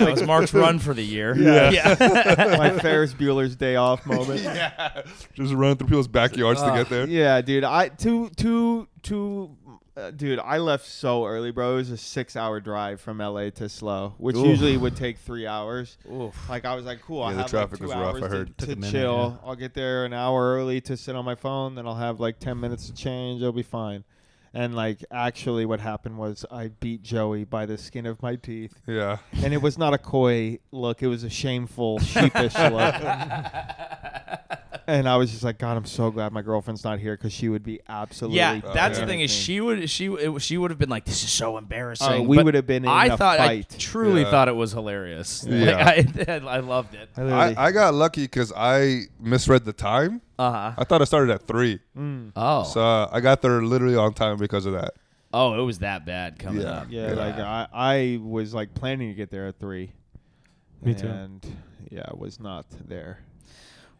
Speaker 1: was Mark's run for the year.
Speaker 4: Yeah.
Speaker 1: yeah.
Speaker 4: My Ferris Bueller's Day Off moment.
Speaker 2: yeah, just running through people's backyards to get there.
Speaker 4: Yeah, dude. I two two two. Uh, dude, I left so early, bro. It was a six-hour drive from LA to Slow, which usually would take three hours. Like I was like, cool. I'll
Speaker 2: Yeah, the
Speaker 4: have
Speaker 2: traffic
Speaker 4: like two
Speaker 2: was rough,
Speaker 4: hours
Speaker 2: I
Speaker 4: to-
Speaker 2: heard.
Speaker 4: to,
Speaker 3: Took a minute,
Speaker 4: chill. I'll get there an hour early to sit on my phone. Then I'll have like ten minutes to change. I'll be fine. And like, actually, what happened was I beat Joey by the skin of my teeth,
Speaker 2: Yeah,
Speaker 4: and it was not a coy look. It was a shameful, sheepish look. And I was just like, God, I'm so glad my girlfriend's not here because she would be absolutely.
Speaker 1: Yeah, that's the
Speaker 2: yeah.
Speaker 1: thing is she would she it, she would have been like this is so embarrassing.
Speaker 4: Oh, we
Speaker 1: but
Speaker 4: would have been in
Speaker 1: I
Speaker 4: a
Speaker 1: thought I
Speaker 4: fight.
Speaker 1: truly
Speaker 2: Yeah.
Speaker 1: thought it was hilarious. Like, I, I loved it.
Speaker 2: I, I got lucky because I misread the time.
Speaker 1: Uh huh.
Speaker 2: I thought it started at three,
Speaker 4: Mm.
Speaker 1: Oh.
Speaker 2: so uh, I got there literally on time because of that.
Speaker 1: oh, it was that bad coming
Speaker 2: Yeah.
Speaker 1: up.
Speaker 4: yeah, like I, I was like planning to get there at three.
Speaker 3: Me too.
Speaker 4: And yeah, I was not there.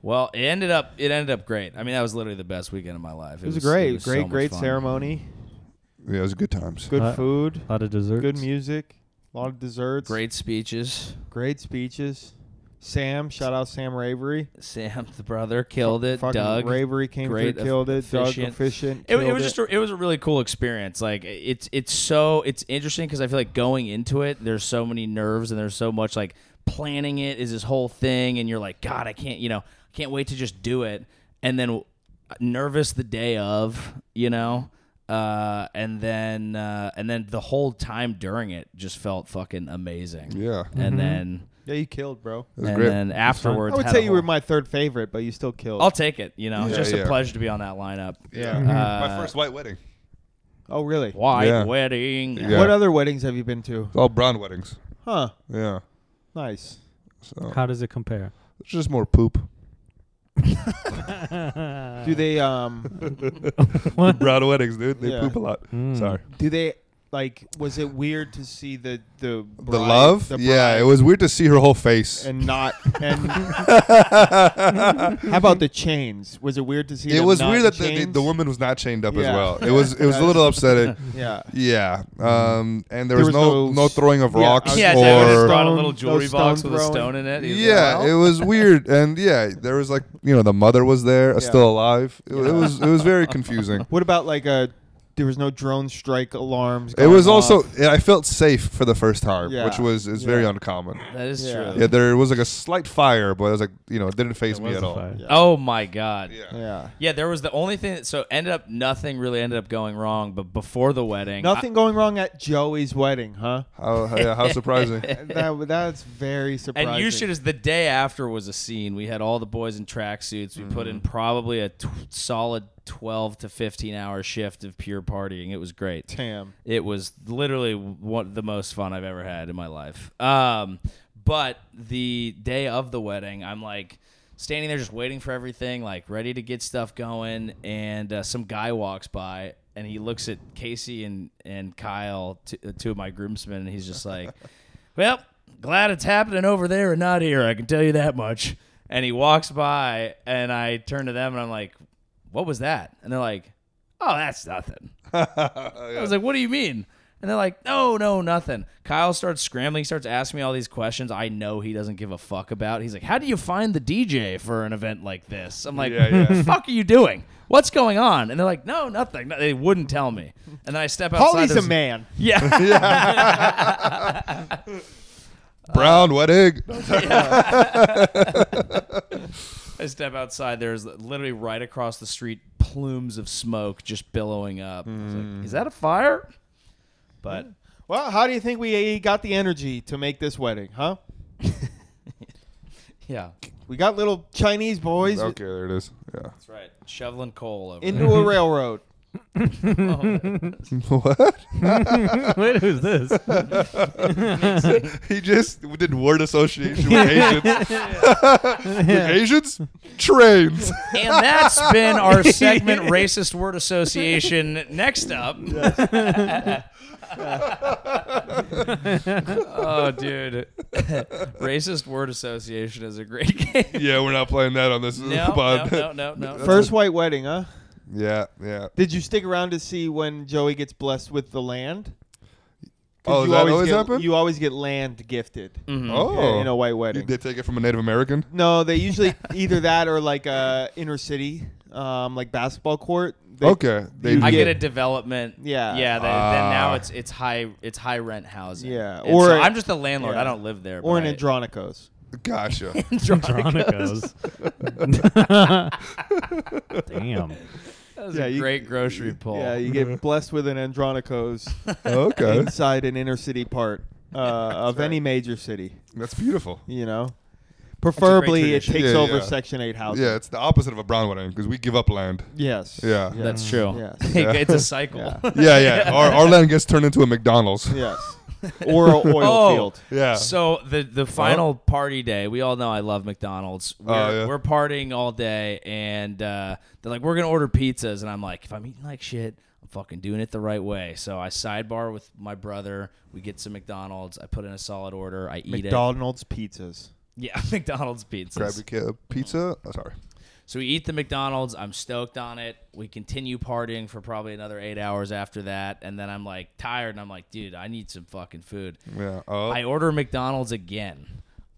Speaker 1: Well, it ended up it ended up great. I mean, that was literally the best weekend of my life.
Speaker 4: It was, great,
Speaker 1: it was so
Speaker 4: great,
Speaker 1: much
Speaker 4: great
Speaker 1: fun.
Speaker 4: ceremony.
Speaker 2: Yeah, it was good times.
Speaker 4: Good
Speaker 3: Uh,
Speaker 4: food,
Speaker 3: A lot of desserts.
Speaker 4: good music, a lot of desserts,
Speaker 1: Great speeches.
Speaker 4: great speeches. Sam, shout out Sam Ravery.
Speaker 1: Sam the brother killed it.
Speaker 4: Fucking
Speaker 1: Doug
Speaker 4: Ravery came
Speaker 1: great
Speaker 4: through, killed it. Doug
Speaker 1: efficient.
Speaker 4: efficient.
Speaker 1: It, it
Speaker 4: killed
Speaker 1: was just a, it was a really cool experience. Like it's it's so it's interesting because I feel like going into it, there's so many nerves and there's so much like planning it is this whole thing, and you're like, God, I can't, you know, I can't wait to just do it, and then uh, nervous the day of, you know. Uh, and then uh, and then the whole time during it just felt fucking amazing.
Speaker 2: Yeah,
Speaker 1: And then
Speaker 4: yeah, you killed, bro.
Speaker 2: it was
Speaker 1: and
Speaker 2: great.
Speaker 1: then afterwards,
Speaker 4: I would
Speaker 1: had
Speaker 4: say
Speaker 1: a
Speaker 4: you were
Speaker 1: whole-
Speaker 4: my third favorite, but you still killed.
Speaker 1: I'll take it. You know,
Speaker 2: Yeah,
Speaker 1: just
Speaker 2: yeah.
Speaker 1: a pleasure to be on that lineup. Uh,
Speaker 2: yeah, my first white wedding.
Speaker 4: oh, really?
Speaker 1: White
Speaker 2: Yeah.
Speaker 1: wedding.
Speaker 2: Yeah.
Speaker 4: What other weddings have you been to?
Speaker 2: It's all brown weddings.
Speaker 4: Huh.
Speaker 2: Yeah,
Speaker 4: Nice. Oh.
Speaker 2: so
Speaker 3: How does it compare?
Speaker 2: it's just more poop.
Speaker 4: Do they um
Speaker 2: brown weddings, dude. They
Speaker 4: Yeah.
Speaker 2: poop a lot.
Speaker 1: Hmm.
Speaker 2: Sorry.
Speaker 4: do they like was it weird to see the the
Speaker 2: the
Speaker 4: bride-
Speaker 2: love
Speaker 4: the
Speaker 2: yeah
Speaker 4: bride
Speaker 2: it was weird to see her whole face
Speaker 4: and not and how about the chains? Was it weird to see
Speaker 2: it
Speaker 4: them
Speaker 2: was
Speaker 4: not
Speaker 2: weird
Speaker 4: in
Speaker 2: that the, the,
Speaker 4: chains?
Speaker 2: the woman was not chained up as
Speaker 4: Yeah.
Speaker 2: well it was it was a little upsetting
Speaker 4: Yeah.
Speaker 2: yeah um and there,
Speaker 4: There
Speaker 2: was,
Speaker 4: was
Speaker 2: no
Speaker 4: no
Speaker 2: no throwing of
Speaker 4: yeah,
Speaker 2: rocks
Speaker 4: I
Speaker 1: Yeah,
Speaker 4: was-
Speaker 1: so I
Speaker 2: or
Speaker 1: just
Speaker 4: stone-
Speaker 1: brought a little
Speaker 4: those
Speaker 1: jewelry box
Speaker 4: stone
Speaker 1: with a
Speaker 4: throwing.
Speaker 1: stone in it. He's like,
Speaker 2: yeah
Speaker 1: "Well."
Speaker 2: it was weird and yeah there was like you know the mother was there uh,
Speaker 4: Yeah.
Speaker 2: still alive it, it was it was very confusing
Speaker 4: What about like a there was no drone strike alarms?
Speaker 2: it
Speaker 4: going
Speaker 2: was also
Speaker 4: off?
Speaker 2: i felt safe for the first time
Speaker 4: Yeah.
Speaker 2: which was is very
Speaker 4: Yeah.
Speaker 2: uncommon
Speaker 1: that is
Speaker 4: Yeah.
Speaker 1: true.
Speaker 2: yeah there was like a slight fire but it was like you know it didn't phase
Speaker 3: It
Speaker 2: me
Speaker 3: was
Speaker 2: at
Speaker 3: a
Speaker 2: all
Speaker 3: fire.
Speaker 4: Yeah.
Speaker 1: Oh my god.
Speaker 2: yeah
Speaker 4: Yeah.
Speaker 1: Yeah, there was the only thing that so ended up nothing really ended up going wrong, but before the wedding, I-
Speaker 4: Nothing going wrong at Joey's wedding, huh?
Speaker 2: how, how- yeah, how surprising
Speaker 4: That that's very surprising.
Speaker 1: and you should is the day after was a scene. We had all the boys in tracksuits. We put in
Speaker 2: Mm-hmm.
Speaker 1: probably a t- solid twelve to fifteen hour shift of pure partying. It was great.
Speaker 4: Tam.
Speaker 1: It was literally one the most fun I've ever had in my life. Um, but the day of the wedding, I'm like standing there just waiting for everything, like ready to get stuff going, and uh, some guy walks by and he looks at Casey and and Kyle, t- uh, two of my groomsmen, and he's just like, "Well, glad it's happening over there and not here. I can tell you that much." And he walks by, and I turn to them and I'm like, "What was that?" And they're like, "Oh, that's nothing." I was like, "What do you mean?" And they're like, "No, no, nothing." Kyle starts scrambling, he starts asking me all these questions. I know he doesn't give a fuck about. He's like, "How do you find the DJ for an event like this?" I'm like,
Speaker 2: Yeah, yeah.
Speaker 1: "The fuck are you doing? What's going on?" And they're like, "No, nothing." No- They wouldn't tell me. And then I step outside.
Speaker 4: Paulie's a
Speaker 1: there's-
Speaker 4: man.
Speaker 1: Yeah.
Speaker 2: brown wedding
Speaker 1: I step outside. There's literally right across the street plumes of smoke just billowing up. I was
Speaker 4: Mm.
Speaker 1: like, Is that a fire? But
Speaker 4: Well, how do you think we got the energy to make this wedding, huh?
Speaker 1: yeah,
Speaker 4: We got little Chinese boys
Speaker 2: okay there it is yeah
Speaker 1: that's right. Shoveling coal over.
Speaker 4: into a railroad.
Speaker 1: Oh,
Speaker 2: what?
Speaker 3: Wait, who's this?
Speaker 2: he just did word association with Asians. with Asians? Trains.
Speaker 1: And that's been our segment, Racist Word Association. Next up. oh, dude. Racist Word Association is a great game.
Speaker 2: yeah, we're not playing that on this
Speaker 1: No, no,
Speaker 2: pod.
Speaker 1: no, no, no.
Speaker 4: First white wedding, huh?
Speaker 2: Yeah, yeah.
Speaker 4: Did you stick around to see when Joey gets blessed with the land? 'Cause
Speaker 2: Oh,
Speaker 4: you
Speaker 2: that always
Speaker 4: get,
Speaker 2: happen?
Speaker 4: You always get land gifted
Speaker 1: Mm-hmm.
Speaker 2: Oh,
Speaker 4: in- in a white
Speaker 2: Did
Speaker 4: wedding.
Speaker 2: they take it from a Native American?
Speaker 4: No, they usually either that or like uh, inner city, um, like basketball court. They-
Speaker 2: okay, they
Speaker 4: you
Speaker 1: I
Speaker 2: did.
Speaker 1: get a development.
Speaker 4: Yeah.
Speaker 1: yeah. They, then now
Speaker 2: Ah.
Speaker 1: it's it's high it's high rent housing.
Speaker 4: Yeah,
Speaker 1: And so
Speaker 4: or-
Speaker 1: I'm just the landlord.
Speaker 4: yeah.
Speaker 1: I don't live there.
Speaker 4: Or in
Speaker 1: but I-
Speaker 4: Andronicos.
Speaker 2: Gotcha.
Speaker 1: Andronicos.
Speaker 3: Damn.
Speaker 1: That was
Speaker 4: Yeah,
Speaker 1: a
Speaker 4: you-
Speaker 1: great grocery pull.
Speaker 4: Yeah, you get blessed with an Andronicos
Speaker 2: okay,
Speaker 4: inside an inner city part uh, of any major city,
Speaker 2: that's beautiful.
Speaker 4: you know? Preferably, it
Speaker 1: tradition.
Speaker 4: takes
Speaker 2: Yeah,
Speaker 4: over
Speaker 2: yeah.
Speaker 4: Section 8 housing.
Speaker 2: Yeah, it's the opposite of a brown wedding because we give up land.
Speaker 4: Yes.
Speaker 2: Yeah.
Speaker 4: Yes.
Speaker 1: That's true.
Speaker 4: Yes.
Speaker 1: it's a cycle.
Speaker 4: Yeah.
Speaker 2: Yeah, yeah. Our, our land gets turned into a McDonald's.
Speaker 4: Yes. Or a oil
Speaker 1: Oh.
Speaker 4: field.
Speaker 2: Yeah.
Speaker 1: So the the final party day, we all know I love McDonald's.
Speaker 4: Oh,
Speaker 1: We're,
Speaker 2: yeah.
Speaker 1: we're partying all day, and uh, they're like, "We're gonna order pizzas," and I'm like, "If I'm eating like shit, I'm fucking doing it the right way." So I sidebar with my brother. We get some McDonald's. I put in a solid order. I eat
Speaker 4: McDonald's pizzas.
Speaker 1: it. Yeah, McDonald's pizzas.
Speaker 2: Grab a ca- pizza. Oh, sorry.
Speaker 1: So we eat the McDonald's. I'm stoked on it. We continue partying for probably another eight hours after that, and then I'm like tired, and I'm like, dude, I need some fucking food.
Speaker 2: Yeah. Oh.
Speaker 1: I order McDonald's again.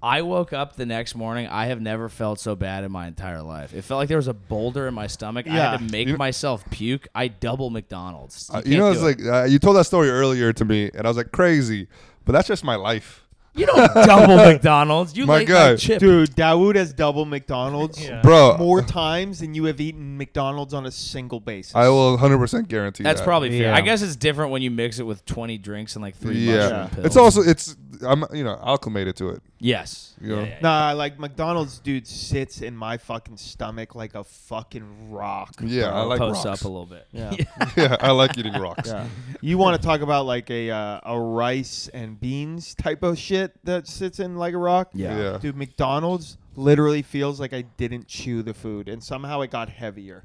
Speaker 1: I woke up the next morning. I have never felt so bad in my entire life. It felt like there was a boulder in my stomach. I
Speaker 4: Yeah.
Speaker 1: had to make
Speaker 2: You-
Speaker 1: myself puke. I double McDonald's.
Speaker 2: Uh, you
Speaker 1: can't
Speaker 2: know,
Speaker 1: do
Speaker 2: it's
Speaker 1: it.
Speaker 2: like uh, you told that story earlier to me, and I was like, crazy, but that's just my life,
Speaker 1: you don't double McDonald's. You
Speaker 2: My
Speaker 1: like my
Speaker 2: God.
Speaker 1: chip.
Speaker 4: Dude, Dawood has double McDonald's
Speaker 2: bro.
Speaker 4: more times than you have eaten McDonald's on a single basis.
Speaker 2: I will 100% guarantee
Speaker 1: That's
Speaker 2: that.
Speaker 1: probably fair.
Speaker 3: Yeah.
Speaker 1: I guess it's different when you mix it with 20 drinks and like three
Speaker 2: yeah.
Speaker 1: mushroom pills.
Speaker 2: It's also it's I'm you know acclimated to it.
Speaker 1: yes.
Speaker 2: You know?
Speaker 1: Yeah, yeah,
Speaker 4: Nah, like McDonald's, dude, sits in my fucking stomach like a fucking rock.
Speaker 2: Yeah, I like
Speaker 1: post up
Speaker 2: rocks.
Speaker 1: a little bit.
Speaker 4: Yeah.
Speaker 2: yeah, I like eating rocks.
Speaker 4: Yeah. You want to talk about like a uh, a rice and beans type of shit that sits in like a rock?
Speaker 1: Yeah.
Speaker 2: Yeah.
Speaker 4: Dude, McDonald's literally feels like I didn't chew the food and somehow it got heavier.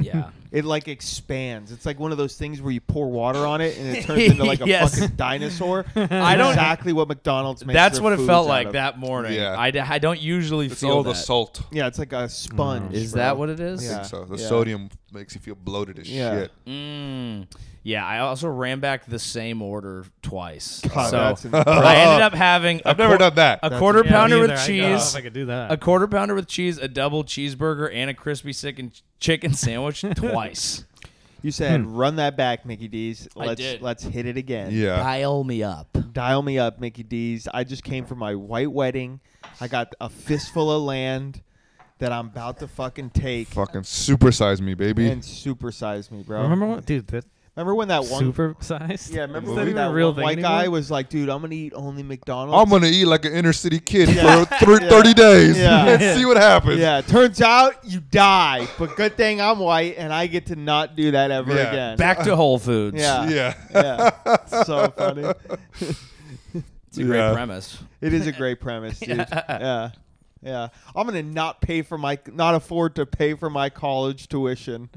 Speaker 1: Yeah.
Speaker 4: It like expands. It's like one of those things where you pour water on it and it turns into like a
Speaker 1: Yes.
Speaker 4: fucking dinosaur.
Speaker 1: I don't-
Speaker 4: exactly what McDonald's makes.
Speaker 1: That's
Speaker 4: their
Speaker 1: what it
Speaker 4: foods
Speaker 1: felt
Speaker 4: out
Speaker 1: like
Speaker 4: of.
Speaker 1: that morning.
Speaker 2: Yeah.
Speaker 1: I, d- I don't usually
Speaker 2: It's
Speaker 1: feel
Speaker 2: all
Speaker 1: that.
Speaker 2: the salt.
Speaker 4: Yeah, it's like a sponge.
Speaker 1: Is
Speaker 4: bro.
Speaker 1: that what it is?
Speaker 2: I think
Speaker 4: Yeah.
Speaker 2: so. The
Speaker 4: Yeah.
Speaker 2: sodium makes you feel bloated as
Speaker 4: Yeah.
Speaker 2: shit.
Speaker 1: Mm. Yeah, I also ran back the same order twice.
Speaker 4: God,
Speaker 1: so
Speaker 4: that's
Speaker 1: I
Speaker 4: incredible.
Speaker 1: ended up having. a
Speaker 2: I've never
Speaker 1: quar-
Speaker 2: done that.
Speaker 1: A quarter
Speaker 3: Yeah, me
Speaker 1: pounder
Speaker 3: either.
Speaker 1: with
Speaker 3: I don't know if
Speaker 1: cheese,
Speaker 3: I could do that.
Speaker 1: a quarter pounder with cheese, a double cheeseburger, and a crispy chicken chicken sandwich twice.
Speaker 4: you said run that back, Mickey D's.
Speaker 1: Hmm. I
Speaker 4: Let's
Speaker 1: did.
Speaker 4: let's hit it again.
Speaker 2: yeah.
Speaker 1: Dial me up.
Speaker 4: Dial me up, Mickey D's. I just came from my white wedding. I got a fistful of land that I'm about to fucking take
Speaker 2: Fucking supersize me, baby.
Speaker 4: and supersize me, bro.
Speaker 3: Remember what, dude? That
Speaker 4: Remember when that one
Speaker 3: super size.
Speaker 4: Yeah, remember
Speaker 3: Is
Speaker 4: when
Speaker 3: that even
Speaker 4: that
Speaker 3: a real
Speaker 4: one
Speaker 3: thing
Speaker 4: white guy
Speaker 3: anymore?
Speaker 4: was like, "Dude, I'm gonna eat only McDonald's."
Speaker 2: I'm gonna eat like an inner city kid
Speaker 4: Yeah.
Speaker 2: for thr-
Speaker 4: Yeah.
Speaker 2: 30 days
Speaker 4: Yeah.
Speaker 2: and see what happens.
Speaker 4: yeah, turns out you die, but good thing I'm white and I get to not do that ever
Speaker 2: Yeah.
Speaker 4: again.
Speaker 1: Back to Whole Foods.
Speaker 4: Yeah.
Speaker 2: Yeah.
Speaker 4: yeah, so funny.
Speaker 1: it's a great
Speaker 2: Yeah.
Speaker 1: premise.
Speaker 4: It is a great premise, dude. yeah, yeah. I'm gonna not pay for my, not afford to pay for my college tuition,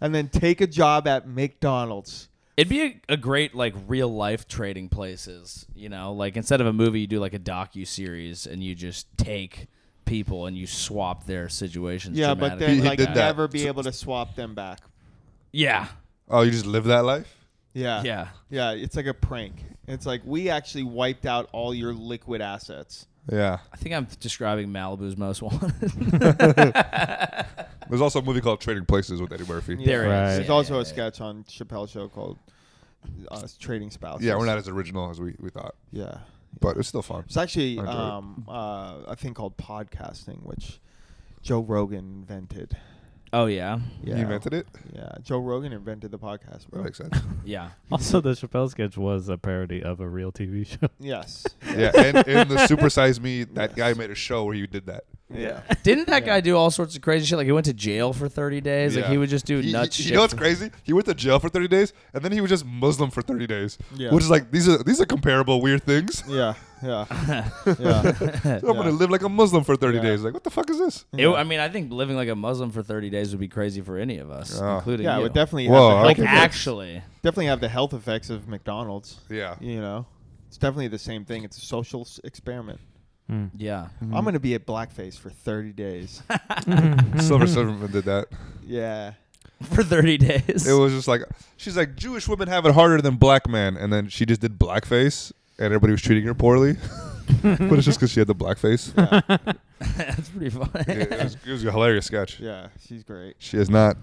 Speaker 4: and then take a job at McDonald's.
Speaker 1: It'd be a, a great like real life trading places, you know, like instead of a movie you do like a docu series and you just take people and you swap their situations.
Speaker 4: Yeah, but
Speaker 1: dramatically
Speaker 4: then
Speaker 2: He- he
Speaker 4: like
Speaker 2: did that.
Speaker 4: never be able to swap them back.
Speaker 1: yeah.
Speaker 2: Oh, you just live that life?
Speaker 4: Yeah.
Speaker 1: Yeah.
Speaker 4: Yeah, it's like a prank. It's like we actually wiped out all your liquid assets.
Speaker 2: Yeah.
Speaker 1: I think I'm describing Malibu's most wanted.
Speaker 2: There's also a movie called Trading Places with Eddie Murphy.
Speaker 1: There it
Speaker 3: Right.
Speaker 1: is.
Speaker 4: There's
Speaker 1: Yeah,
Speaker 4: also
Speaker 1: yeah,
Speaker 4: a
Speaker 1: yeah.
Speaker 4: sketch on Chappelle's show called uh, "Trading Spouses."
Speaker 2: Yeah, we're not as original as we, we thought,
Speaker 4: Yeah,
Speaker 2: but it's still fun.
Speaker 4: it's actually
Speaker 2: I enjoy it.
Speaker 4: um, uh, a thing called podcasting, which Joe Rogan invented.
Speaker 1: Oh yeah,
Speaker 4: Yeah,
Speaker 2: You invented it?
Speaker 4: Yeah, Joe Rogan invented the podcast.
Speaker 2: That
Speaker 4: Bro.
Speaker 2: makes sense.
Speaker 1: yeah.
Speaker 3: Also, the Chappelle sketch was a parody of a real TV show.
Speaker 4: Yes.
Speaker 2: yeah, and in the Super Size Me, that guy made a show where he did that.
Speaker 4: Yeah.
Speaker 1: Didn't that guy do all sorts of crazy shit? Like he went to jail for 30 days. Like
Speaker 2: Yeah.
Speaker 1: he would just do
Speaker 2: He-
Speaker 1: nuts
Speaker 2: he-
Speaker 1: shit.
Speaker 2: You know what's
Speaker 1: for-
Speaker 2: crazy? He went to jail for 30 days, and then he was just Muslim for 30 days.
Speaker 4: Yeah.
Speaker 2: Which is like these are these are comparable weird things.
Speaker 4: Yeah. Yeah. yeah.
Speaker 2: So I'm
Speaker 4: Yeah.
Speaker 2: gonna live like a Muslim for 30
Speaker 4: Yeah.
Speaker 2: days. Like what the fuck is this?
Speaker 1: It- I mean, I think living like a Muslim for 30 days would be crazy for any of us,
Speaker 2: Oh.
Speaker 1: including
Speaker 4: Yeah, it
Speaker 1: you.
Speaker 4: would definitely
Speaker 2: Whoa,
Speaker 4: have the
Speaker 1: like
Speaker 4: health
Speaker 2: Okay.
Speaker 4: effects,
Speaker 1: actually.
Speaker 4: definitely have the health effects of McDonald's.
Speaker 2: Yeah.
Speaker 4: You know, it's definitely the same thing. It's a social s- experiment.
Speaker 3: Hmm.
Speaker 1: Yeah.
Speaker 2: Mm-hmm.
Speaker 4: I'm gonna be at blackface for 30 days.
Speaker 2: Silver Silverman did that.
Speaker 4: yeah.
Speaker 1: For 30 days.
Speaker 2: It was just like she's like Jewish women have it harder than black men, and then she just did blackface, and everybody was treating her poorly. but it's just because she had the blackface.
Speaker 4: Yeah.
Speaker 1: That's pretty funny.
Speaker 2: it, it was, it was a hilarious sketch.
Speaker 4: yeah. She's great.
Speaker 2: She is not.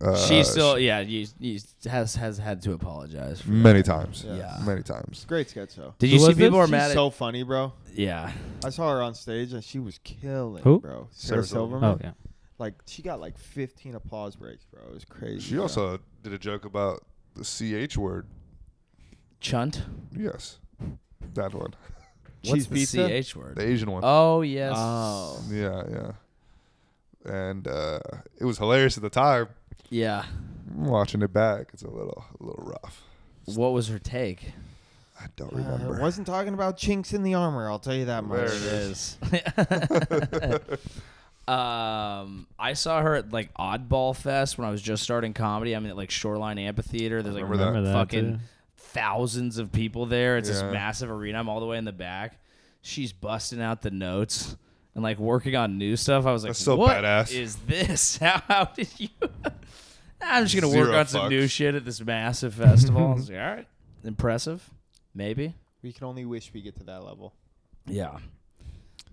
Speaker 2: Uh,
Speaker 1: she still, yeah, you, you has has had to apologize. For
Speaker 2: many times.
Speaker 4: Yeah.
Speaker 1: Yeah.
Speaker 2: Many times.
Speaker 4: Great sketch though.
Speaker 1: Did you
Speaker 3: Who
Speaker 1: see
Speaker 3: was this?
Speaker 1: people are
Speaker 4: She's
Speaker 1: mad at?
Speaker 4: so funny, bro.
Speaker 1: yeah.
Speaker 4: I saw her on stage and she was killing,
Speaker 3: Who?
Speaker 4: bro. Sarah,
Speaker 2: Sarah Silverman.
Speaker 4: Silverman.
Speaker 3: Oh yeah.
Speaker 4: Like she got like 15 applause breaks, bro. It was crazy.
Speaker 2: She
Speaker 4: bro.
Speaker 2: also did a joke about the ch word.
Speaker 1: Chunt.
Speaker 2: Yes, that one,
Speaker 1: What's
Speaker 4: Cheese pizza?
Speaker 1: the ch word?
Speaker 2: the Asian one.
Speaker 1: Oh yes.
Speaker 4: Oh.
Speaker 2: Yeah, yeah. And uh, it was hilarious at the time.
Speaker 1: Yeah.
Speaker 2: Watching it back, it's a little, a little rough.
Speaker 1: What was her take?
Speaker 2: I don't
Speaker 4: Uh,
Speaker 2: remember.
Speaker 4: wasn't talking about chinks in the armor. I'll tell you that much.
Speaker 2: There it
Speaker 1: is. um, I saw her at like Oddball Fest when I was just starting comedy. I'm at like Shoreline Amphitheater. There's like
Speaker 2: Remember that.
Speaker 3: Remember that,
Speaker 1: fucking
Speaker 3: too.
Speaker 1: thousands of people there. It's this
Speaker 2: Yeah.
Speaker 1: massive arena. I'm all the way in the back. She's busting out the notes and like working on new stuff. I was like,
Speaker 2: That's so
Speaker 1: "What
Speaker 2: badass."
Speaker 1: is this? How, how did you? I'm just gonna work
Speaker 2: Zero
Speaker 1: on some new
Speaker 2: fucks.
Speaker 1: shit at this massive festival. I was like, all right, impressive, maybe.
Speaker 4: We can only wish we get to that level.
Speaker 1: Yeah.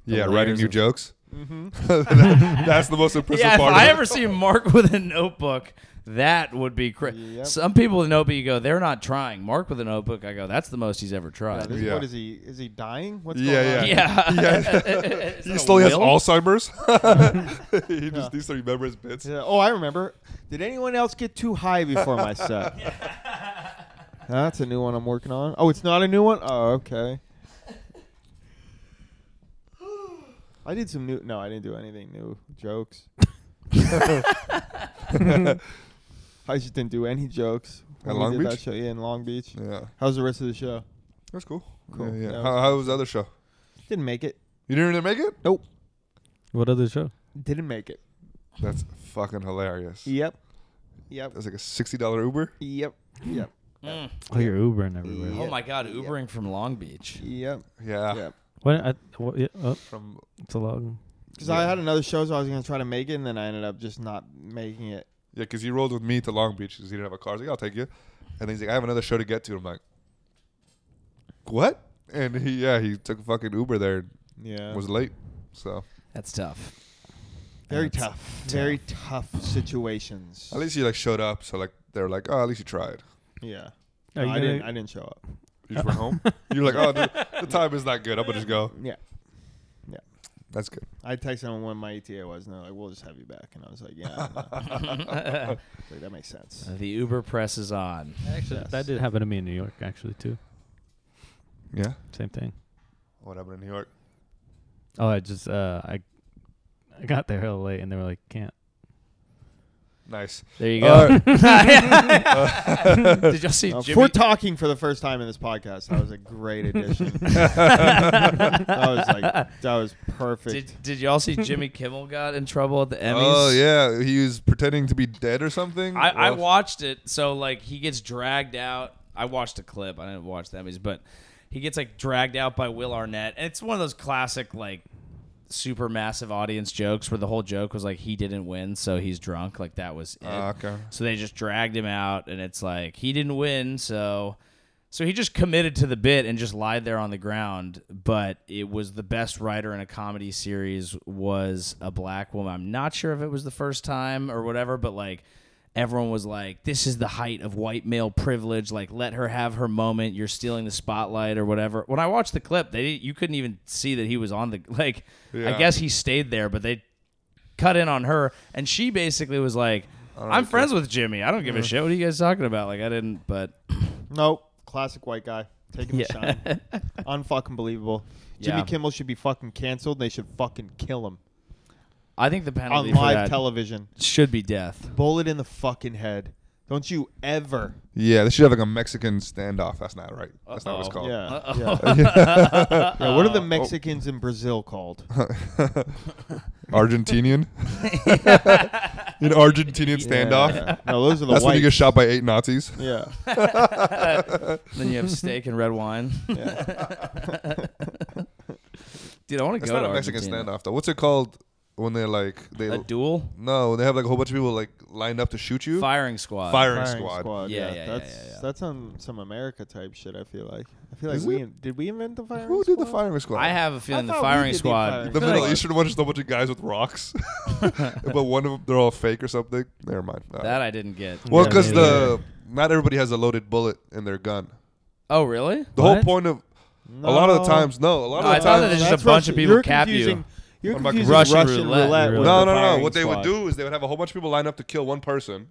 Speaker 2: yeah,
Speaker 1: the
Speaker 2: writing
Speaker 1: layers
Speaker 2: new
Speaker 1: of- Mm-hmm.
Speaker 2: jokes. That- that's the most impressive
Speaker 1: yeah, if
Speaker 2: part.
Speaker 1: I
Speaker 2: of
Speaker 1: ever see Mark with a notebook, that would be crazy.
Speaker 4: Yep.
Speaker 1: Some people with a notebook, you go, they're not trying. Mark with a notebook, I go, that's the most he's ever
Speaker 4: Yeah,
Speaker 1: tried.
Speaker 4: this,
Speaker 2: Yeah.
Speaker 4: What is he? Is he dying? What's
Speaker 2: Yeah,
Speaker 4: going on?
Speaker 2: yeah.
Speaker 1: Yeah.
Speaker 2: it.
Speaker 1: Is
Speaker 2: he
Speaker 1: that
Speaker 2: still
Speaker 1: a
Speaker 2: has
Speaker 1: will?
Speaker 2: Alzheimer's. he just needs to remember his bits.
Speaker 4: Yeah, Oh, I remember. Did anyone else get too high before my set? That's a new one I'm working on. Oh, it's not a new one. Oh, okay. I did some new. No, I didn't do anything new. Jokes. I just didn't do any jokes.
Speaker 2: At
Speaker 4: when we
Speaker 2: Long
Speaker 4: did that
Speaker 2: Beach?
Speaker 4: show. Yeah, in Long Beach.
Speaker 2: Yeah,
Speaker 4: How's the rest of the show?
Speaker 2: that's cool.
Speaker 4: Cool.
Speaker 2: Yeah, yeah.
Speaker 4: That was-
Speaker 2: How, how was the other show?
Speaker 4: Didn't make it.
Speaker 2: You didn't even make it.
Speaker 4: Nope.
Speaker 3: What other show?
Speaker 4: Didn't make it.
Speaker 2: That's fucking hilarious.
Speaker 4: Yep. Yep.
Speaker 2: That's like a sixty dollar Uber.
Speaker 4: Yep. Yep.
Speaker 1: Mm.
Speaker 3: Oh, you're Ubering everywhere.
Speaker 1: Oh my God, Ubering from Long Beach.
Speaker 4: Yep.
Speaker 2: Yeah.
Speaker 4: Yep.
Speaker 3: What? I, what yeah, oh,
Speaker 2: From
Speaker 3: it's a long.
Speaker 4: Because I had another show, so I was gonna try to make it, and then I ended up just not making it.
Speaker 2: yeah, because he rolled with me to Long Beach because he didn't have a car. I was like, I'll take you. And he's like, I have another show to get to. I'm like, what? And he yeah, he took a fucking Uber there. and
Speaker 4: Yeah.
Speaker 2: Was late. So
Speaker 1: That's tough.
Speaker 4: very
Speaker 1: That's
Speaker 4: tough, Very tough situations.
Speaker 2: at least you like showed up. So like they're like, oh, at least you tried.
Speaker 4: Yeah.
Speaker 3: Are
Speaker 4: No,
Speaker 3: you
Speaker 4: I
Speaker 3: gonna-
Speaker 4: didn't. I didn't show up.
Speaker 2: You just went home. You're like, oh, the, the time is not good. I'm gonna just go.
Speaker 4: Yeah.
Speaker 2: That's good.
Speaker 4: I texted them when my ETA was, and they're like, "We'll just have you back." And I was like, "Yeah." I know." I
Speaker 1: the
Speaker 4: was like, that makes sense.
Speaker 1: Uber press is on.
Speaker 3: Actually, that did happen to me in New York. Actually, too.
Speaker 2: Yeah.
Speaker 3: Same thing.
Speaker 2: What happened in New York?
Speaker 3: Oh, I just uh, I, I got there hell late, and they were like, "Can't."
Speaker 2: Nice. Uh,
Speaker 1: There you
Speaker 2: All
Speaker 1: go.
Speaker 2: right.
Speaker 1: Did y'all see
Speaker 4: Uh,
Speaker 1: Jimmy?
Speaker 4: for talking for the first time in this podcast, that was a great addition. that was like that was perfect.
Speaker 1: Did, did y'all see Jimmy Kimmel got in trouble at the Emmys?
Speaker 2: Oh yeah, he was pretending to be dead or something.
Speaker 1: I, I
Speaker 2: Well,
Speaker 1: watched it. So like he gets dragged out. I watched a clip. I didn't watch the Emmys, but he gets like dragged out by Will Arnett, and it's one of those classic like super massive audience jokes where the whole joke was like he didn't win, so he's drunk. Like that was it.
Speaker 2: Ah, okay.
Speaker 1: So they just dragged him out, and it's like he didn't win, so. So he just committed to the bit and just lied there on the ground, but it was the best writer in a comedy series was a black woman. I'm not sure if it was the first time or whatever, but like everyone was like, This is the height of white male privilege, like let her have her moment, you're stealing the spotlight or whatever. When I watched the clip, they you couldn't even see that he was on the like I
Speaker 2: Yeah.
Speaker 1: guess he stayed there, but they cut in on her, and she basically was like, "I'm friends with Jimmy. I don't give a shit. What are you guys talking about? Like, I didn't." But
Speaker 4: Nope. Classic white guy taking
Speaker 1: Yeah.
Speaker 4: the shine. Unfucking believable. Jimmy
Speaker 1: Yeah.
Speaker 4: Kimmel should be fucking canceled. They should fucking kill him.
Speaker 1: I think the penalty
Speaker 4: on
Speaker 1: for
Speaker 4: live
Speaker 1: that
Speaker 4: television.
Speaker 1: should be death.
Speaker 4: Bullet in the fucking head. Don't you ever.
Speaker 2: Yeah, they should have like a Mexican standoff. That's not right. That's not what it's
Speaker 1: Uh-oh.
Speaker 2: called. Oh.
Speaker 4: Yeah.
Speaker 1: Uh-oh.
Speaker 2: Yeah.
Speaker 4: Yeah, what are the Mexicans in Brazil called?
Speaker 2: Argentinian? An Argentinian standoff?
Speaker 4: Yeah. No, those are the
Speaker 2: That's when you
Speaker 4: whites.
Speaker 2: get shot by eight Nazis.
Speaker 4: Yeah.
Speaker 1: then you have steak and red wine.
Speaker 4: Yeah.
Speaker 1: Dude, I want to
Speaker 2: That's
Speaker 1: go
Speaker 2: not
Speaker 1: to
Speaker 2: a Mexican
Speaker 1: Argentina.
Speaker 2: standoff though. What's it called when they're like they
Speaker 1: A duel,
Speaker 2: no, they have like a whole bunch of people like lined up to shoot you.
Speaker 1: firing squad.
Speaker 2: Firing squad.
Speaker 1: Yeah, yeah, yeah,
Speaker 4: that's
Speaker 1: yeah, yeah.
Speaker 4: that's on some America type shit. I feel like. I feel like
Speaker 2: Is
Speaker 4: we
Speaker 2: it?
Speaker 4: in- did we invent the firing
Speaker 2: Who
Speaker 4: squad?
Speaker 2: did the firing squad?
Speaker 1: I have a feeling the
Speaker 4: thought we
Speaker 1: firing
Speaker 4: did the
Speaker 1: squad.
Speaker 4: firing
Speaker 2: the
Speaker 4: Good.
Speaker 2: Middle Eastern one just a bunch of guys with rocks, but one of them they're all fake or something. Never mind. All
Speaker 1: That
Speaker 2: right.
Speaker 1: I didn't get.
Speaker 2: well,
Speaker 3: Yeah,
Speaker 2: because
Speaker 3: me
Speaker 2: the not everybody has a loaded bullet in their gun.
Speaker 1: Oh, really?
Speaker 2: The whole
Speaker 3: What?
Speaker 2: point of a lot of the times, no, a lot
Speaker 1: No,
Speaker 2: of
Speaker 1: I
Speaker 2: the
Speaker 1: thought that
Speaker 2: times.
Speaker 1: it's just a
Speaker 4: That's
Speaker 1: bunch of
Speaker 4: Russian-
Speaker 1: people
Speaker 4: you're
Speaker 1: cap you.
Speaker 4: confusing, you. are
Speaker 2: I'm like,
Speaker 4: confusing
Speaker 1: Russian
Speaker 4: Russian,
Speaker 1: roulette.
Speaker 4: roulette. with
Speaker 2: No, no,
Speaker 4: the
Speaker 2: no.
Speaker 4: firing
Speaker 2: What they would
Speaker 4: squad.
Speaker 2: do is they would have a whole bunch of people line up to kill one person,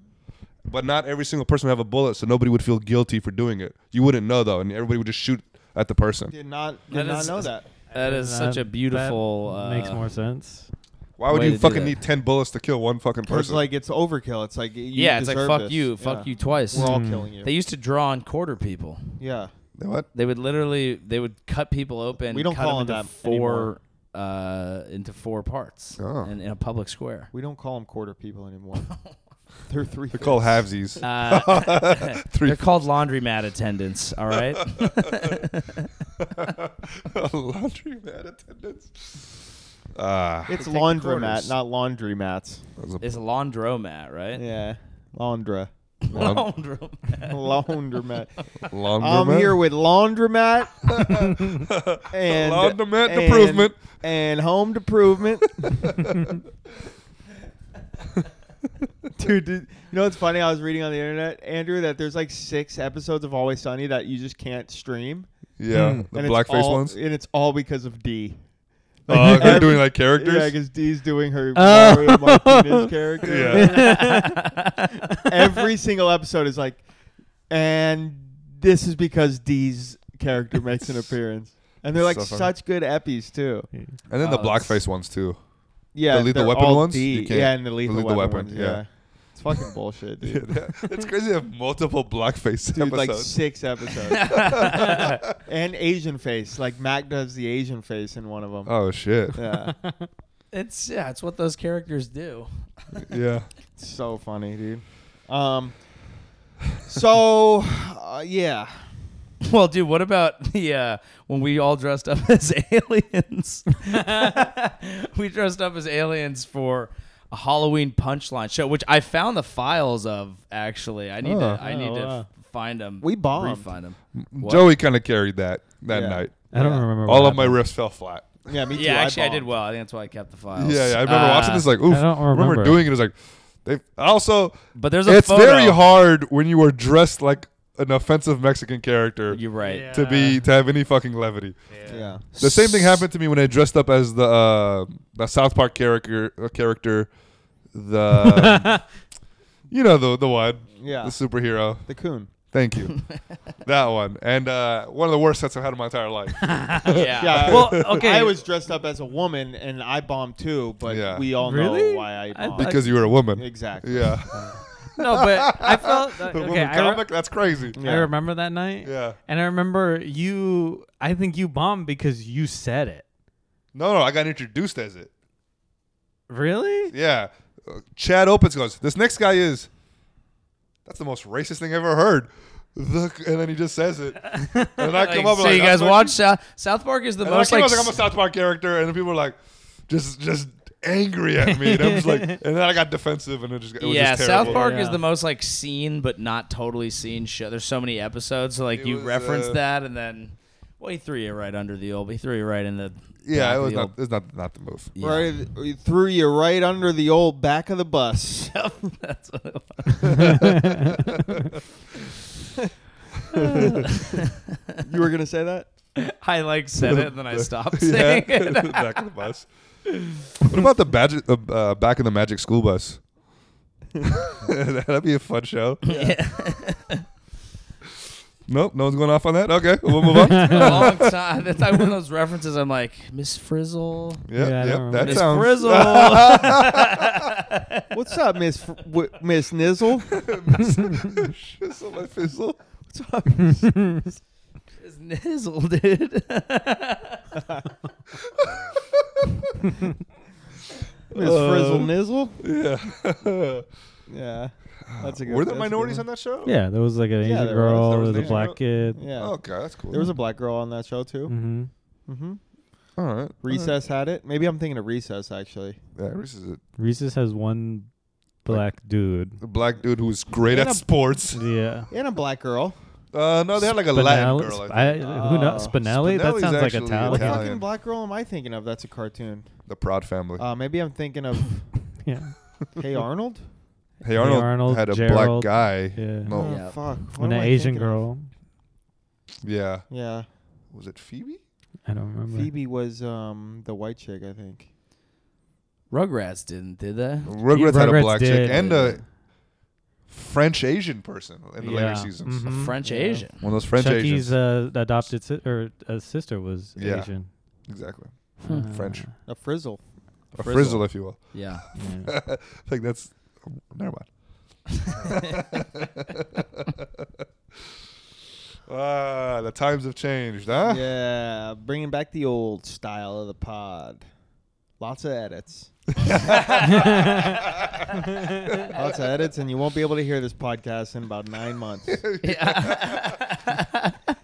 Speaker 2: but not every single person would have a bullet, so nobody would feel guilty for doing it. You wouldn't know though, and everybody would just shoot at the person.
Speaker 4: Did not
Speaker 1: That
Speaker 4: did not
Speaker 1: is-
Speaker 4: know that.
Speaker 1: That is such a beautiful.
Speaker 3: That makes
Speaker 1: uh,
Speaker 3: more sense.
Speaker 2: Why would
Speaker 1: way to
Speaker 2: you
Speaker 1: do
Speaker 2: fucking
Speaker 1: that.
Speaker 2: need ten bullets to kill one fucking
Speaker 4: It's
Speaker 2: person?
Speaker 4: like it's overkill. It's like you
Speaker 1: Yeah, it's like
Speaker 4: deserve
Speaker 1: fuck
Speaker 4: this.
Speaker 1: you, fuck
Speaker 4: Yeah.
Speaker 1: you twice.
Speaker 4: We're all
Speaker 3: Mm.
Speaker 4: killing you.
Speaker 1: They used to draw and quarter people.
Speaker 4: yeah.
Speaker 2: what?
Speaker 1: They would literally they would cut people open.
Speaker 4: We don't
Speaker 1: cut
Speaker 4: call
Speaker 1: them
Speaker 4: it
Speaker 1: into
Speaker 4: that
Speaker 1: four uh, into four parts
Speaker 2: Oh.
Speaker 1: in, in a public square.
Speaker 4: We don't call them quarter people anymore. They're three.
Speaker 2: They're called
Speaker 4: fifths.
Speaker 2: halvesies.
Speaker 1: Uh,
Speaker 2: Three
Speaker 1: they're called laundromat attendants. All right.
Speaker 2: laundry mat attendants. Ah,
Speaker 4: It's
Speaker 1: They take quarters.
Speaker 4: laundromat, not laundry mats.
Speaker 2: that was a-
Speaker 1: It's laundromat, right?
Speaker 4: Yeah, laundra,
Speaker 2: Laun-
Speaker 1: Laundromat.
Speaker 4: laundromat. I'm
Speaker 2: laundromat.
Speaker 4: here with laundromat and
Speaker 2: Laundromat
Speaker 4: and-
Speaker 2: improvement.
Speaker 4: and home improvement. Dude, did, you know what's funny? I was reading on the internet, Andrew, that there's like six episodes of Always Sunny that you just can't stream.
Speaker 2: Yeah,
Speaker 3: Mm.
Speaker 2: the
Speaker 4: Hmm. and it's
Speaker 2: blackface
Speaker 4: all-
Speaker 2: ones.
Speaker 4: and it's all because of D.
Speaker 2: Oh, they're doing like characters.
Speaker 4: Yeah, because D's doing her
Speaker 3: Oh.
Speaker 4: Mario Martinez character.
Speaker 2: Yeah.
Speaker 4: Every single episode is like, and this is because D's character makes an appearance, and they're like
Speaker 2: So funny.
Speaker 4: such good eppies too.
Speaker 2: and then the
Speaker 1: Oh, it's-
Speaker 2: blackface ones too.
Speaker 4: Yeah,
Speaker 2: The Lethal
Speaker 4: they're
Speaker 2: Weapon
Speaker 4: all
Speaker 2: ones?
Speaker 4: D.
Speaker 2: You can't-
Speaker 4: Yeah, and the lethal,
Speaker 2: Lethal
Speaker 4: weapon.
Speaker 2: Weapon,
Speaker 4: ones,
Speaker 2: yeah.
Speaker 4: yeah. it's fucking bullshit, dude.
Speaker 2: Yeah, that- it's crazy. They have multiple blackface
Speaker 4: Dude, like
Speaker 2: episodes.
Speaker 4: six episodes, and Asian face. Like Mac does the Asian face in one of them.
Speaker 2: oh shit.
Speaker 4: Yeah,
Speaker 1: it's yeah, it's what those characters do.
Speaker 2: yeah.
Speaker 4: it's so funny, dude. Um, so uh, yeah,
Speaker 1: Well, dude, what about the uh, when we all dressed up as aliens? we dressed up as aliens for a Halloween punchline show, which I found the files of. Actually, I need
Speaker 2: Oh.
Speaker 1: to I need
Speaker 3: Oh,
Speaker 1: to
Speaker 3: wow.
Speaker 1: f- find them.
Speaker 4: We bombed.
Speaker 1: Find them.
Speaker 2: Joey kind of carried that that
Speaker 4: Yeah.
Speaker 2: night.
Speaker 3: I don't
Speaker 4: Yeah.
Speaker 3: remember.
Speaker 2: All
Speaker 3: what
Speaker 2: of my
Speaker 3: happened.
Speaker 2: riffs fell flat.
Speaker 4: yeah, me too.
Speaker 1: Yeah, actually, I, did
Speaker 4: bombed.
Speaker 1: well. I think that's why I kept the
Speaker 2: Yeah,
Speaker 1: files.
Speaker 2: yeah. I remember watching
Speaker 1: Uh,
Speaker 2: this. Like, oof.
Speaker 3: I don't
Speaker 2: remember
Speaker 3: remember.
Speaker 2: doing it. It's like, they also.
Speaker 1: But there's a
Speaker 2: It's
Speaker 1: photo.
Speaker 2: very hard when you are dressed like an offensive Mexican character
Speaker 1: You're right.
Speaker 3: Yeah.
Speaker 2: to be to have any fucking levity.
Speaker 4: Yeah.
Speaker 2: The same thing happened to me when I dressed up as the uh, the South Park character uh, character, the you know the the one
Speaker 4: Yeah.
Speaker 2: the superhero.
Speaker 4: The coon.
Speaker 2: Thank you, that one and uh, one of the worst sets I've had in my entire life.
Speaker 1: yeah.
Speaker 4: Yeah.
Speaker 1: Well, okay.
Speaker 4: I was dressed up as a woman and I bombed too, but
Speaker 2: Yeah.
Speaker 4: we all
Speaker 3: Really?
Speaker 4: know why I
Speaker 3: I
Speaker 4: bombed.
Speaker 3: thought-
Speaker 2: because you were a woman.
Speaker 4: exactly.
Speaker 2: Yeah,
Speaker 3: No, but I felt
Speaker 2: the
Speaker 3: okay.
Speaker 2: woman
Speaker 3: I, re-
Speaker 2: comic. that's crazy.
Speaker 4: Yeah.
Speaker 3: I remember that night.
Speaker 2: Yeah.
Speaker 3: And I remember you. I think you bombed because you said it.
Speaker 2: No, no, I got introduced as it.
Speaker 3: Really?
Speaker 2: Yeah. Uh, Chad opens goes, This next guy is that's the most racist thing I've ever heard. Look, and then he just says it. And then I
Speaker 1: Like,
Speaker 2: come up
Speaker 1: so
Speaker 2: like,
Speaker 1: you guys
Speaker 2: "That's my-"
Speaker 1: watch South, South Park is the
Speaker 2: and then I
Speaker 1: most
Speaker 2: came
Speaker 1: like,
Speaker 2: up, like I'm a South Park character, and then people were like, just just angry at me. And I'm just like and then I got defensive and it just it was
Speaker 1: yeah,
Speaker 2: just
Speaker 1: South
Speaker 2: terrible.
Speaker 1: Park is
Speaker 3: Yeah.
Speaker 1: the most like seen but not totally seen show. There's so many episodes, so like
Speaker 2: It
Speaker 1: you
Speaker 2: was,
Speaker 1: reference
Speaker 2: uh,
Speaker 1: that, and then well, he threw you right under the old. He threw you right in the
Speaker 2: Yeah,
Speaker 1: back
Speaker 2: it
Speaker 1: of
Speaker 2: was
Speaker 1: the
Speaker 2: not
Speaker 1: old-
Speaker 2: it's not not the move.
Speaker 1: yeah.
Speaker 4: Right, it threw you right under the old back of the bus.
Speaker 1: That's what it was.
Speaker 4: you were gonna say that?
Speaker 1: I like said it, and then I stopped
Speaker 2: Yeah.
Speaker 1: saying it.
Speaker 2: back of the bus. What about the magic, uh, uh, back of the magic school bus? That'd be a fun show. Nope, no one's going off on that. Okay, we'll move on.
Speaker 1: It's been a long time. That's like one of those references. I'm like Miss Frizzle.
Speaker 2: Yeah,
Speaker 3: Yeah, I
Speaker 2: yep,
Speaker 3: don't
Speaker 2: that
Speaker 1: Miss
Speaker 2: sounds.
Speaker 1: Frizzle.
Speaker 4: What's up, Miss Fr- w- Miss Nizzle?
Speaker 2: Shizzle my fizzle.
Speaker 4: What's up?
Speaker 1: It's Nizzle, dude.
Speaker 4: Miss Frizzle Nizzle?
Speaker 2: Yeah.
Speaker 4: Uh, Yeah. That's a good
Speaker 2: Were there
Speaker 4: that's a good
Speaker 2: minorities on
Speaker 4: one.
Speaker 2: that show?
Speaker 3: Yeah, there was like an
Speaker 4: Yeah,
Speaker 3: Asian
Speaker 4: there was.
Speaker 2: There
Speaker 3: girl, there
Speaker 2: was
Speaker 3: was,
Speaker 2: an
Speaker 3: a
Speaker 2: Asian
Speaker 3: black
Speaker 2: girl.
Speaker 3: kid.
Speaker 4: Yeah.
Speaker 2: Okay, that's cool.
Speaker 4: There was a black girl on that show, too.
Speaker 3: Mm-hmm.
Speaker 4: Mm-hmm.
Speaker 2: All right.
Speaker 4: Recess had it. Maybe I'm thinking of Recess, actually.
Speaker 2: Yeah, Reese is a
Speaker 3: Reese's has one black dude.
Speaker 2: black dude who's great
Speaker 4: And
Speaker 2: at
Speaker 4: a-
Speaker 2: sports.
Speaker 3: Yeah.
Speaker 4: And a black girl.
Speaker 2: Uh, no, they had like a Latin
Speaker 3: Spinelli-
Speaker 2: girl. I
Speaker 3: Sp-
Speaker 2: think.
Speaker 3: I- who
Speaker 4: Oh.
Speaker 3: knows? Spinelli? That
Speaker 2: Spinelli's
Speaker 3: sounds like
Speaker 2: actually
Speaker 4: What
Speaker 2: Italian.
Speaker 3: Italian.
Speaker 4: fucking black girl am I thinking of? That's a cartoon.
Speaker 2: the Proud Family.
Speaker 4: Uh, maybe I'm thinking of
Speaker 3: Yeah.
Speaker 4: Hey Arnold.
Speaker 2: hey, Arnold,
Speaker 3: Arnold,
Speaker 2: had a black
Speaker 3: Gerald.
Speaker 2: guy.
Speaker 3: Yeah.
Speaker 2: No.
Speaker 4: Oh
Speaker 2: Yeah.
Speaker 1: Yeah.
Speaker 4: fuck! What
Speaker 3: And an
Speaker 4: am I
Speaker 3: Asian
Speaker 4: thinking of?
Speaker 3: girl.
Speaker 4: Yeah,
Speaker 2: Was it Phoebe?
Speaker 3: I don't remember.
Speaker 4: Phoebe was um the white chick, I think.
Speaker 1: Rugrats didn't, did they?
Speaker 2: Rugrats had a
Speaker 3: Rugrats
Speaker 2: black
Speaker 3: did.
Speaker 2: chick and a French Asian person in the
Speaker 3: Yeah.
Speaker 2: later seasons.
Speaker 3: Mhm.
Speaker 1: A French
Speaker 4: Yeah.
Speaker 1: Asian.
Speaker 2: One of those French Asians.
Speaker 3: Chucky's uh, adopted si- or uh, sister was
Speaker 2: Yeah.
Speaker 3: Asian. Uh,
Speaker 2: exactly.
Speaker 1: Hmm.
Speaker 2: French.
Speaker 4: A frizzle.
Speaker 2: A frizzle, if you will.
Speaker 1: Yeah.
Speaker 3: Yeah.
Speaker 2: I think that's. Never mind. ah, the times have changed, huh?
Speaker 4: yeah, bringing back the old style of the pod. Lots of edits. Lots of edits, and you won't be able to hear this podcast in about nine months
Speaker 1: yeah.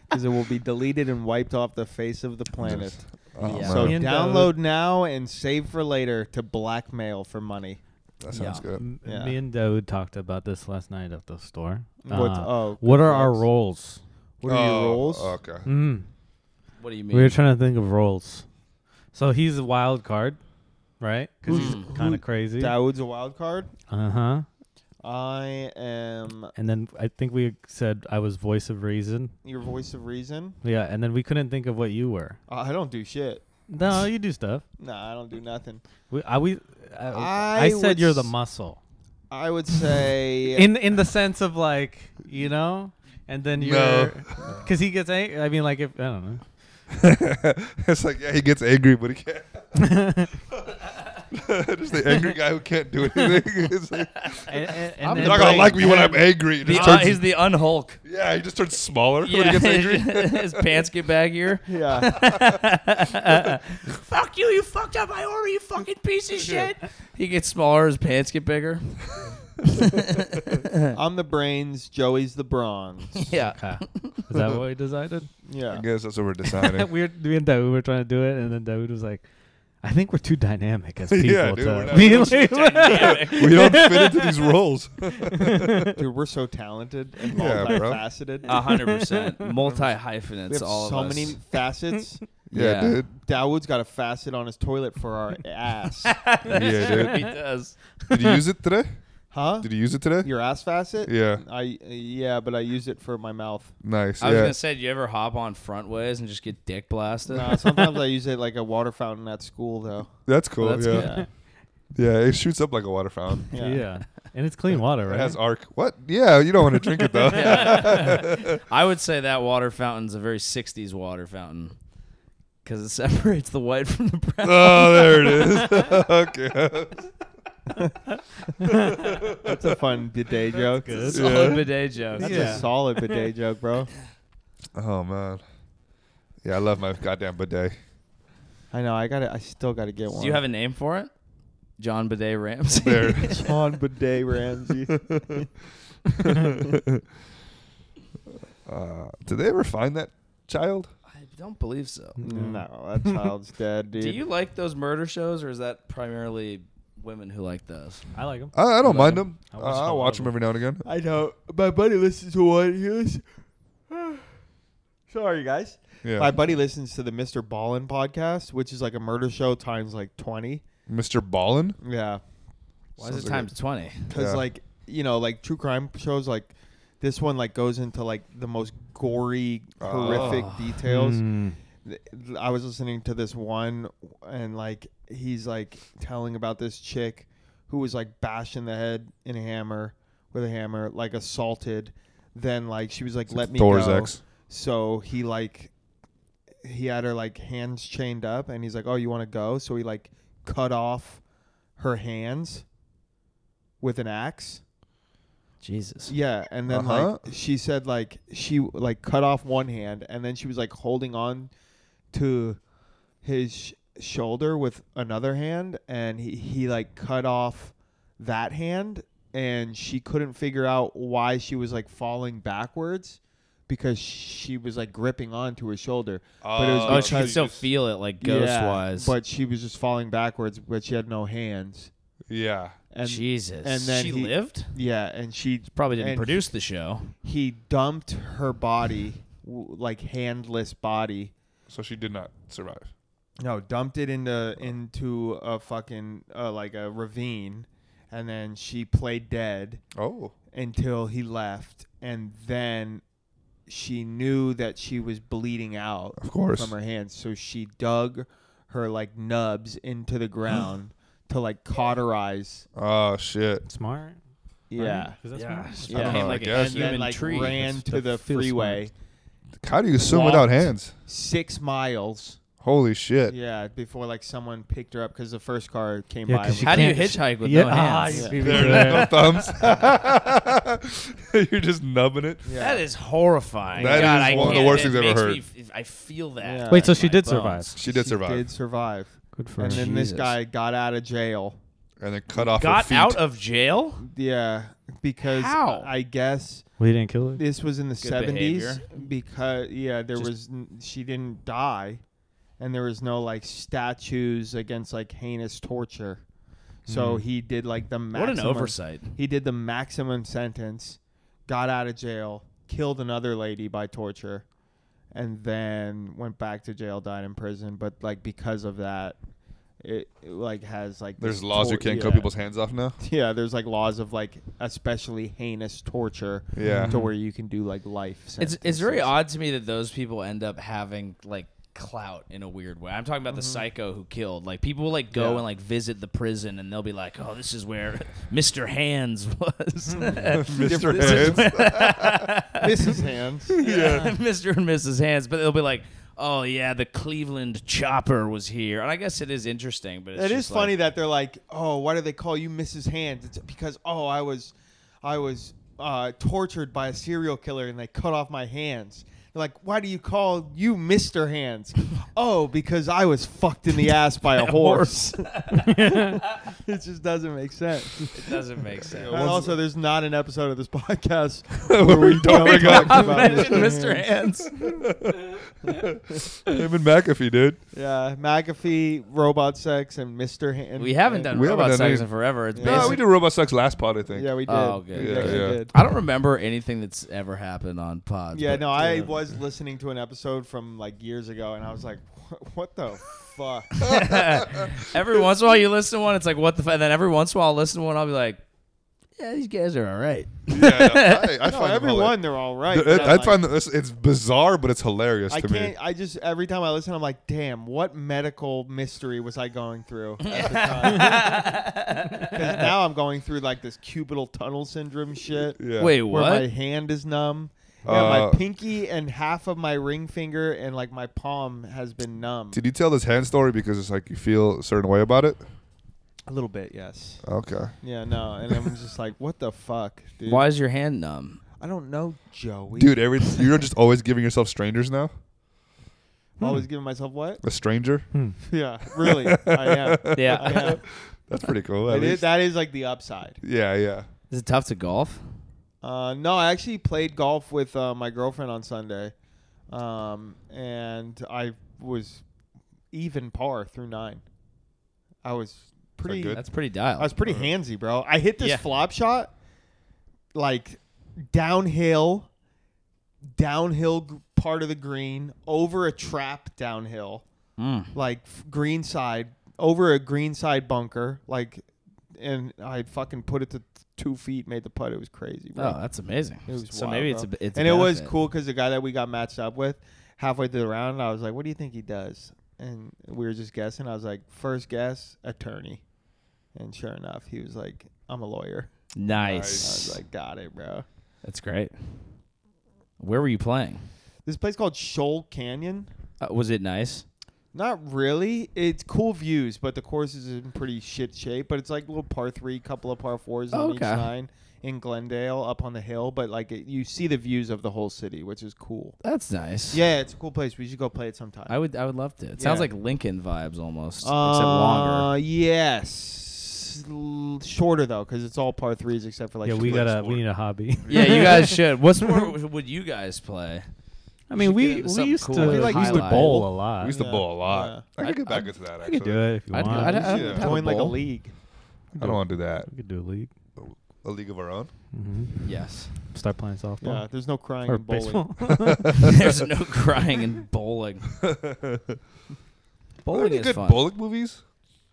Speaker 4: because it will be deleted and wiped off the face of the planet.
Speaker 2: Oh,
Speaker 1: Yeah.
Speaker 4: So
Speaker 2: man.
Speaker 3: And, uh,
Speaker 4: download now and save for later to blackmail for money.
Speaker 2: that sounds
Speaker 1: Yeah.
Speaker 2: good.
Speaker 3: M-
Speaker 4: Yeah.
Speaker 3: Me and Dawood talked about this last night at the store.
Speaker 2: Mm.
Speaker 4: What's-
Speaker 3: Uh,
Speaker 4: oh,
Speaker 3: what
Speaker 4: good Uh,
Speaker 3: are our
Speaker 4: calls.
Speaker 3: roles?
Speaker 4: What are your
Speaker 2: Oh,
Speaker 4: roles?
Speaker 2: Okay.
Speaker 3: Mm.
Speaker 1: What do you mean?
Speaker 3: We were trying to think of roles. So he's a wild card, right? Because he's
Speaker 2: Mm.
Speaker 1: Who's-
Speaker 3: kind
Speaker 4: who-
Speaker 3: of crazy. Uh
Speaker 4: Dawood's a wild card.
Speaker 3: huh.
Speaker 4: I am
Speaker 3: And then I think we said I was voice of reason.
Speaker 4: your voice of reason.
Speaker 3: Yeah. And then we couldn't think of what you were.
Speaker 4: Uh, I don't do shit.
Speaker 3: No, you do stuff.
Speaker 4: Nah, I don't do nothing.
Speaker 3: We, I, we, I,
Speaker 4: I
Speaker 3: I said you're the
Speaker 4: was-
Speaker 3: muscle
Speaker 4: I would say
Speaker 3: in in the sense of like you know, and then
Speaker 2: No.
Speaker 3: you're because he gets angry. I mean, like if I don't know.
Speaker 2: it's like yeah, he gets angry, but he can't. just the angry guy who can't do anything. It's like,
Speaker 3: And, and, and
Speaker 1: I'm
Speaker 2: You're
Speaker 3: then
Speaker 2: not gonna
Speaker 1: like-
Speaker 2: like me when I'm angry. He
Speaker 1: The,
Speaker 2: just
Speaker 1: uh,
Speaker 2: turns-
Speaker 1: he's the unhulk.
Speaker 2: yeah, he just turns smaller
Speaker 1: Yeah.
Speaker 2: when he gets angry.
Speaker 1: His pants get back here.
Speaker 4: yeah.
Speaker 1: Fuck you, you fucked up my order, you fucking piece of shit. He gets smaller, his pants get bigger.
Speaker 4: I'm the brains. Joey's the bronze.
Speaker 1: Yeah.
Speaker 3: Okay. Is that what we decided?
Speaker 2: I
Speaker 4: Yeah.
Speaker 2: guess that's what we're deciding.
Speaker 3: we were, me and Dawood were trying to do it, and then Dawood was like, "I think we're too dynamic as people
Speaker 2: Yeah, dude, we're
Speaker 3: to
Speaker 2: not-
Speaker 3: be like."
Speaker 2: we don't fit into these roles.
Speaker 4: Dude, we're so talented and
Speaker 2: Yeah, bro.
Speaker 4: multifaceted.
Speaker 1: A hundred percent. Multi
Speaker 4: we
Speaker 1: hyphenates
Speaker 4: have
Speaker 1: all
Speaker 4: so
Speaker 1: of us.
Speaker 4: many facets.
Speaker 2: Yeah,
Speaker 1: Yeah.
Speaker 2: dude.
Speaker 4: Dawood's got a facet on his toilet for our ass.
Speaker 2: Yeah, dude.
Speaker 1: he does.
Speaker 2: Did you use it today?
Speaker 4: Huh?
Speaker 2: Did you use it today?
Speaker 4: Your ass facet?
Speaker 2: yeah.
Speaker 4: I yeah, but I use it for my mouth.
Speaker 2: Nice.
Speaker 1: I was
Speaker 2: yeah.
Speaker 1: gonna say, do you ever hop on front ways and just get dick blasted?
Speaker 4: Nah, sometimes I use it like a water fountain at school though.
Speaker 2: That's cool.
Speaker 1: Well, that's
Speaker 2: yeah.
Speaker 1: good.
Speaker 2: Yeah, it shoots up like a water fountain.
Speaker 3: yeah. and it's clean water, right?
Speaker 2: It has arc. What? Yeah, you don't want to drink it though.
Speaker 1: Yeah. I would say that water fountain's a very '60s water fountain because it separates the white from the brown.
Speaker 2: oh, there it is.
Speaker 4: That's a fun bidet joke.
Speaker 3: good.
Speaker 1: It's
Speaker 2: Yeah.
Speaker 1: all a bidet joke.
Speaker 4: That's
Speaker 3: Yeah.
Speaker 4: a solid bidet joke, bro.
Speaker 2: okay. Oh man. Yeah, I love my goddamn bidet.
Speaker 4: I know. I got to I still got to get one.
Speaker 1: Do you have a name for it? John Bidet Ramsey.
Speaker 2: There.
Speaker 4: John Bidet Ramsey?
Speaker 2: Uh, did they ever find that child?
Speaker 1: I don't believe so.
Speaker 4: no, that child's dead, dude.
Speaker 1: Do you like those murder shows, or is that primarily women who like those?
Speaker 3: I like them.
Speaker 2: I, I don't mind them.
Speaker 3: I
Speaker 2: Uh,
Speaker 3: watch
Speaker 2: I
Speaker 3: all
Speaker 2: watch
Speaker 3: of
Speaker 2: them every now and again.
Speaker 4: I know. My buddy listens to one. He listens. Sorry, guys.
Speaker 2: Yeah.
Speaker 4: My buddy listens to the Mr. Ballin podcast, which is like a murder show times like twenty.
Speaker 2: Mr. Ballin.
Speaker 4: Yeah,
Speaker 1: Why is
Speaker 2: Sounds
Speaker 1: it
Speaker 2: like
Speaker 1: times twenty?
Speaker 4: because
Speaker 2: Yeah.
Speaker 4: like you know, like true crime shows like this one like goes into like the most gory, horrific
Speaker 1: Oh.
Speaker 4: details.
Speaker 3: Hmm.
Speaker 4: th- I was listening to this one and like he's like telling about this chick who was like bashed in the head in a hammer with a hammer, like assaulted, then like she was like, "Let me
Speaker 2: Thor's
Speaker 4: go."
Speaker 2: ex.
Speaker 4: So he like he had her like hands chained up, and he's like, "Oh, you want to go?" So he like cut off her hands with an axe.
Speaker 1: Jesus.
Speaker 4: Yeah, and then
Speaker 2: Uh-huh.
Speaker 4: like she said like she like cut off one hand and then she was like holding on to his sh- shoulder with another hand and he he like cut off that hand and she couldn't figure out why she was like falling backwards because she was like gripping onto his shoulder. But it was
Speaker 1: Oh, she
Speaker 4: because-
Speaker 1: can still feel it like ghost
Speaker 4: Yeah,
Speaker 1: wise.
Speaker 4: But she was just falling backwards but she had no hands.
Speaker 2: Yeah.
Speaker 4: And
Speaker 1: Jesus.
Speaker 4: and then
Speaker 1: she
Speaker 4: he-
Speaker 1: lived?
Speaker 4: yeah, and she
Speaker 1: Probably didn't
Speaker 4: and
Speaker 1: produce the show.
Speaker 4: he dumped her body, w- like handless body.
Speaker 2: So she did not survive.
Speaker 4: No, dumped it into into a fucking uh, like a ravine, and then she played dead
Speaker 2: Oh.
Speaker 4: until he left, and then she knew that she was bleeding out
Speaker 2: Of course.
Speaker 4: from her hands, so she dug her like nubs into the ground to like cauterize.
Speaker 2: Oh shit.
Speaker 3: Smart.
Speaker 4: Yeah.
Speaker 3: Right? Is that
Speaker 1: Yeah. Yeah.
Speaker 2: I
Speaker 3: smart?
Speaker 1: Became
Speaker 2: don't know,
Speaker 1: like
Speaker 2: I
Speaker 1: a
Speaker 2: guess.
Speaker 4: And then
Speaker 1: human
Speaker 4: like
Speaker 1: tree.
Speaker 4: ran
Speaker 3: That's-
Speaker 4: to
Speaker 3: that
Speaker 4: the
Speaker 3: feels
Speaker 4: freeway
Speaker 2: How do you swim without
Speaker 4: Walked.
Speaker 2: hands?
Speaker 4: six miles.
Speaker 2: Holy shit.
Speaker 4: Yeah, before like someone picked her up because the first car came
Speaker 3: Yeah,
Speaker 4: by.
Speaker 3: 'cause
Speaker 4: and
Speaker 3: she
Speaker 1: How
Speaker 4: was-
Speaker 1: do you
Speaker 3: can't-
Speaker 1: hitchhike with
Speaker 3: Yeah.
Speaker 1: no
Speaker 3: Ah,
Speaker 1: hands?
Speaker 3: you
Speaker 4: Yeah.
Speaker 3: beat me
Speaker 2: There,
Speaker 3: to
Speaker 2: no
Speaker 3: it.
Speaker 2: thumbs. You're just nubbing it.
Speaker 4: Yeah.
Speaker 1: That is horrifying.
Speaker 2: That
Speaker 1: God,
Speaker 2: is
Speaker 1: I
Speaker 2: one of the
Speaker 1: can't-
Speaker 2: worst
Speaker 1: it
Speaker 2: things I've ever
Speaker 1: makes me f- I feel that.
Speaker 4: Yeah.
Speaker 3: Wait, so
Speaker 1: in
Speaker 3: she
Speaker 1: my
Speaker 3: did
Speaker 1: bones.
Speaker 3: survive.
Speaker 2: She did survive,
Speaker 4: Did survive.
Speaker 3: Good for
Speaker 4: And
Speaker 3: her.
Speaker 4: then this
Speaker 1: Jesus.
Speaker 4: guy got out of jail.
Speaker 2: and then cut off. her
Speaker 1: Got
Speaker 2: feet.
Speaker 1: out of jail?
Speaker 4: Yeah, because
Speaker 1: How?
Speaker 4: I guess
Speaker 3: Well, he didn't kill her.
Speaker 4: this was in the
Speaker 1: Good
Speaker 4: seventies.
Speaker 1: behavior.
Speaker 4: Because yeah, there
Speaker 1: Just-
Speaker 4: was n- she didn't die, and there was no like statues against like heinous torture. So
Speaker 3: Hmm.
Speaker 4: he did like the maximum.
Speaker 1: What an oversight.
Speaker 4: He did the maximum sentence, got out of jail, killed another lady by torture, and then went back to jail, died in prison. But like because of that, it, it, like has like
Speaker 2: There's
Speaker 4: this
Speaker 2: laws you
Speaker 4: tor-
Speaker 2: can't cut
Speaker 4: yeah.
Speaker 2: people's hands off now.
Speaker 4: Yeah, there's like laws of like especially heinous torture
Speaker 2: Yeah.
Speaker 4: to where you can do like life.
Speaker 1: It's
Speaker 4: Sentences.
Speaker 1: it's very odd to me that those people end up having like clout in a weird way. I'm talking about the psycho who killed. Like people will, like go
Speaker 4: Mm-hmm. Yeah.
Speaker 1: and like visit the prison and they'll be like, "Oh, this is where Mr. Hands was." Mr.
Speaker 2: Hands.
Speaker 4: Mrs. Hands.
Speaker 1: Mr. and Mrs. Hands, but they'll be like, "Oh yeah, the Cleveland Chopper was here." And I guess it is interesting, but it's
Speaker 4: It
Speaker 1: just
Speaker 4: is funny
Speaker 1: like-
Speaker 4: that they're like, oh, why do they call you Mrs. Hands? It's because oh, I was, I was uh, tortured by a serial killer and they cut off my hands. They're like, why do you call you Mister Hands? oh, because I was fucked in the ass by a horse. it just doesn't make sense.
Speaker 1: it doesn't make sense.
Speaker 4: And also, there's not an episode of this podcast
Speaker 2: Where we don't bring up
Speaker 4: talk about
Speaker 1: Imagine Mr. Hands.
Speaker 2: him and McAfee, dude.
Speaker 4: Yeah, McAfee, robot sex, and Mister Hands.
Speaker 1: We haven't done
Speaker 2: We haven't
Speaker 1: robot
Speaker 2: done
Speaker 1: sex
Speaker 2: any-
Speaker 1: in forever. It's
Speaker 4: No,
Speaker 1: basic.
Speaker 2: No, we did robot sex last pod, I think.
Speaker 4: Yeah, we did.
Speaker 1: Oh, good.
Speaker 4: We
Speaker 2: Yeah,
Speaker 4: actually
Speaker 2: yeah.
Speaker 4: did.
Speaker 1: I don't remember anything that's ever happened on pods.
Speaker 4: Yeah,
Speaker 1: but-
Speaker 4: no, I was listening to an episode from like years ago, and I was like, "Wh- "What the fuck?"
Speaker 1: every once in a while you listen to one, it's like what the f-? and then every once in a while I listen to one, I'll be like, yeah, these guys are all right.
Speaker 2: yeah, I, I
Speaker 4: no,
Speaker 2: find them all
Speaker 4: everyone, they're all right.
Speaker 2: Th-
Speaker 4: but
Speaker 2: it-
Speaker 4: I'm
Speaker 2: I
Speaker 4: like-
Speaker 2: find that this, it's bizarre, but it's hilarious
Speaker 4: I
Speaker 2: to me.
Speaker 4: can't. I just every time I listen, I'm like, "Damn, what medical mystery was I going through?" Because now I'm going through like this cubital tunnel syndrome shit.
Speaker 2: Yeah.
Speaker 1: Wait,
Speaker 4: where my
Speaker 1: what?
Speaker 4: hand is numb. Yeah,
Speaker 2: Uh,
Speaker 4: my pinky and half of my ring finger and like my palm has been numb.
Speaker 2: Did you tell this hand story because it's like you feel a certain way about it?
Speaker 4: A little bit, yes.
Speaker 2: Okay.
Speaker 4: Yeah, no, and I'm just like, "What the fuck?" Dude?
Speaker 1: Why is your hand numb?
Speaker 4: I don't know, Joey.
Speaker 2: Dude, every you're just always giving yourself strangers now?
Speaker 4: I'm
Speaker 2: Hmm.
Speaker 4: always giving myself what?
Speaker 2: A stranger?
Speaker 3: Hmm.
Speaker 4: Yeah, really, I am. I
Speaker 1: Yeah,
Speaker 4: am.
Speaker 2: That's pretty cool. at
Speaker 4: It is,
Speaker 2: least.
Speaker 4: that is like the upside.
Speaker 2: Yeah, yeah.
Speaker 1: is it tough to golf?
Speaker 4: Uh, no, I actually played golf with uh, my girlfriend on Sunday, um, and I was even par through nine. I was pretty.
Speaker 2: good? Uh-huh.
Speaker 1: That's pretty dialed.
Speaker 4: I was pretty handsy, bro. I hit this
Speaker 1: Yeah.
Speaker 4: flop shot, like downhill, downhill g- part of the green, over a trap downhill.
Speaker 1: Mm.
Speaker 4: like f- green side over a green side bunker like and i fucking put it to th- two feet made the putt it was crazy bro.
Speaker 1: Oh, that's amazing.
Speaker 4: It was
Speaker 1: so
Speaker 4: wild,
Speaker 1: maybe it's
Speaker 4: bro.
Speaker 1: a, it's a
Speaker 4: and it was
Speaker 1: benefit.
Speaker 4: cool because the guy that we got matched up with halfway through the round i was like what do you think he does and we were just guessing i was like first guess attorney and sure enough he was like i'm a lawyer i
Speaker 1: Nice.
Speaker 4: was like got it bro
Speaker 1: that's great. Where were you playing?
Speaker 4: This place called Shoal Canyon.
Speaker 1: Uh, was it nice?
Speaker 4: Not really. It's cool views, but the course is in pretty shit shape. But it's like little par three, couple of par fours on each
Speaker 1: Okay.
Speaker 4: nine in Glendale up on the hill. But like it, you see the views of the whole city, which is cool.
Speaker 1: That's nice.
Speaker 4: Yeah, it's a cool place. We should go play it sometime.
Speaker 1: I would I would love to. It sounds
Speaker 4: Yeah.
Speaker 1: like Lincoln vibes almost, except
Speaker 4: Uh,
Speaker 1: longer.
Speaker 4: Yes, L- shorter though, because it's all par threes except for like.
Speaker 3: yeah, we
Speaker 4: short
Speaker 3: gotta.
Speaker 4: sport.
Speaker 3: We need a hobby.
Speaker 1: Yeah, you guys should. What's more would you guys play?
Speaker 3: I
Speaker 1: should
Speaker 3: mean,
Speaker 1: get
Speaker 3: we
Speaker 1: into
Speaker 3: we
Speaker 1: something
Speaker 3: used
Speaker 1: cool
Speaker 3: to
Speaker 1: with
Speaker 3: we
Speaker 1: like
Speaker 3: used to
Speaker 1: highlight.
Speaker 3: bowl a
Speaker 2: I
Speaker 3: lot.
Speaker 2: used to
Speaker 4: Yeah.
Speaker 2: bowl a lot. I could
Speaker 1: I'd-
Speaker 2: get back
Speaker 1: I'd-
Speaker 2: into that.
Speaker 3: I
Speaker 2: Actually.
Speaker 3: could do it if you
Speaker 1: I'd-
Speaker 3: want.
Speaker 1: I'd- I'd-
Speaker 2: Yeah.
Speaker 1: have a
Speaker 4: join like a
Speaker 1: bowl.
Speaker 4: league.
Speaker 2: I don't want to do that.
Speaker 3: we could do a league.
Speaker 2: A league of our own.
Speaker 3: Mhm.
Speaker 1: Yes.
Speaker 3: Start playing softball
Speaker 4: Yeah, there's no crying
Speaker 3: or
Speaker 4: in bowling.
Speaker 3: baseball.
Speaker 1: There's no crying in bowling.
Speaker 2: Are there
Speaker 1: Bowling
Speaker 2: any
Speaker 1: is
Speaker 2: good
Speaker 1: fun.
Speaker 2: bowling movies?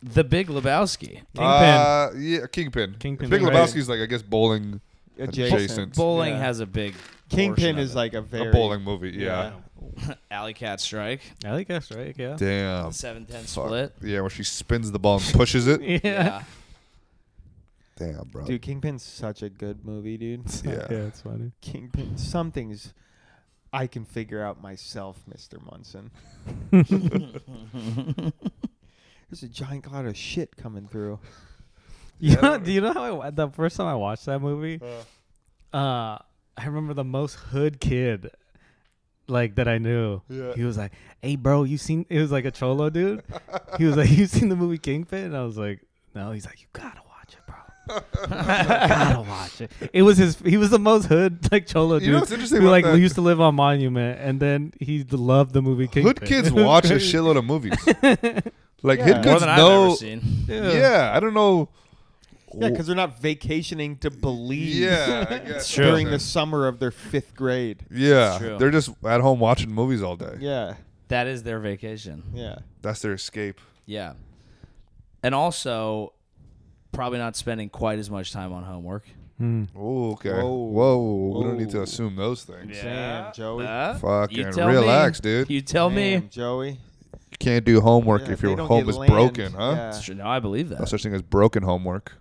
Speaker 1: the Big Lebowski.
Speaker 3: Kingpin.
Speaker 2: Uh, yeah, Kingpin.
Speaker 3: Kingpin's
Speaker 2: Big
Speaker 3: great.
Speaker 2: Lebowski's like I guess bowling.
Speaker 4: Adjacent.
Speaker 2: Adjacent.
Speaker 1: Bowling
Speaker 4: Yeah.
Speaker 1: has a big
Speaker 4: Kingpin
Speaker 1: portion of
Speaker 4: is
Speaker 1: it.
Speaker 4: like a very
Speaker 2: a bowling movie. Yeah.
Speaker 1: alley cat strike,
Speaker 3: I think that's right. Yeah.
Speaker 4: Oh,
Speaker 2: Damn.
Speaker 1: seven ten
Speaker 2: Fuck.
Speaker 1: split.
Speaker 2: Yeah, where she spins the ball and pushes it.
Speaker 3: yeah.
Speaker 1: Yeah.
Speaker 2: Damn, bro.
Speaker 4: Dude, Kingpin's such a good movie, dude.
Speaker 2: Yeah.
Speaker 3: it's funny.
Speaker 4: Kingpin, some things I can figure out myself, Mister Munson. There's a giant cloud of shit coming through.
Speaker 3: You know, do you know how I, wa- the first time I watched that movie? Uh, I remember the most hood kid, like that I knew.
Speaker 2: Yeah.
Speaker 3: He was like, "Hey, bro, you seen?" It was like a cholo dude. he was like, "You seen the movie Kingpin?" And I was like, "No." He's like, "You gotta watch it, bro. You gotta watch it." It was his. He was the most hood like cholo
Speaker 2: You
Speaker 3: dude.
Speaker 2: know what's interesting
Speaker 3: who
Speaker 2: about
Speaker 3: like
Speaker 2: that?
Speaker 3: used to live on Monument, and then he loved the movie Kingpin.
Speaker 2: Hood kids watch a shitload of movies. Like
Speaker 4: Yeah.
Speaker 2: hood
Speaker 1: More
Speaker 2: kids
Speaker 1: than I've ever
Speaker 2: know.
Speaker 1: seen.
Speaker 2: Yeah, I don't know.
Speaker 4: Yeah, because they're not vacationing to Belize
Speaker 2: Yeah, I guess.
Speaker 1: True.
Speaker 4: during the summer of their fifth grade.
Speaker 1: It's
Speaker 2: Yeah,
Speaker 1: true.
Speaker 2: they're just at home watching movies all day.
Speaker 4: Yeah,
Speaker 1: That is their vacation.
Speaker 4: yeah.
Speaker 2: That's their escape.
Speaker 1: Yeah. And also probably not spending quite as much time on homework.
Speaker 3: Hmm.
Speaker 2: Oh, okay. Whoa.
Speaker 4: Whoa.
Speaker 2: We don't need to
Speaker 4: Whoa.
Speaker 2: assume those things.
Speaker 4: Damn, Joey.
Speaker 1: Uh,
Speaker 2: Fucking
Speaker 1: you tell
Speaker 2: relax,
Speaker 1: me.
Speaker 2: dude. You
Speaker 1: You tell
Speaker 4: Damn,
Speaker 1: me.
Speaker 4: Joey.
Speaker 2: can't do homework
Speaker 4: Yeah,
Speaker 2: if
Speaker 4: they
Speaker 2: your
Speaker 4: don't
Speaker 2: home
Speaker 4: get
Speaker 2: is
Speaker 4: land.
Speaker 2: broken, huh?
Speaker 4: Yeah.
Speaker 1: Sure, No, I believe
Speaker 2: No
Speaker 1: that.
Speaker 2: such thing as broken homework.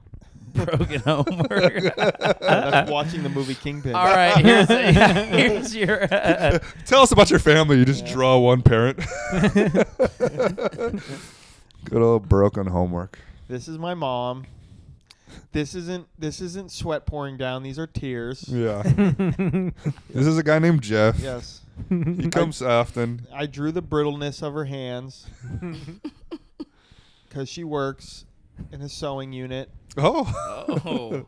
Speaker 1: Broken homework.
Speaker 4: That's watching the movie Kingpin.
Speaker 1: All right, here's, here's your. Uh,
Speaker 2: Tell us about your family. You just draw one parent. Good old broken homework.
Speaker 4: This is my mom. This isn't this isn't sweat pouring down. These are tears.
Speaker 2: Yeah. this is a guy named Jeff.
Speaker 4: Yes.
Speaker 2: He comes often.
Speaker 4: I drew the brittleness of her hands because she works in a sewing unit.
Speaker 2: Oh,
Speaker 1: oh,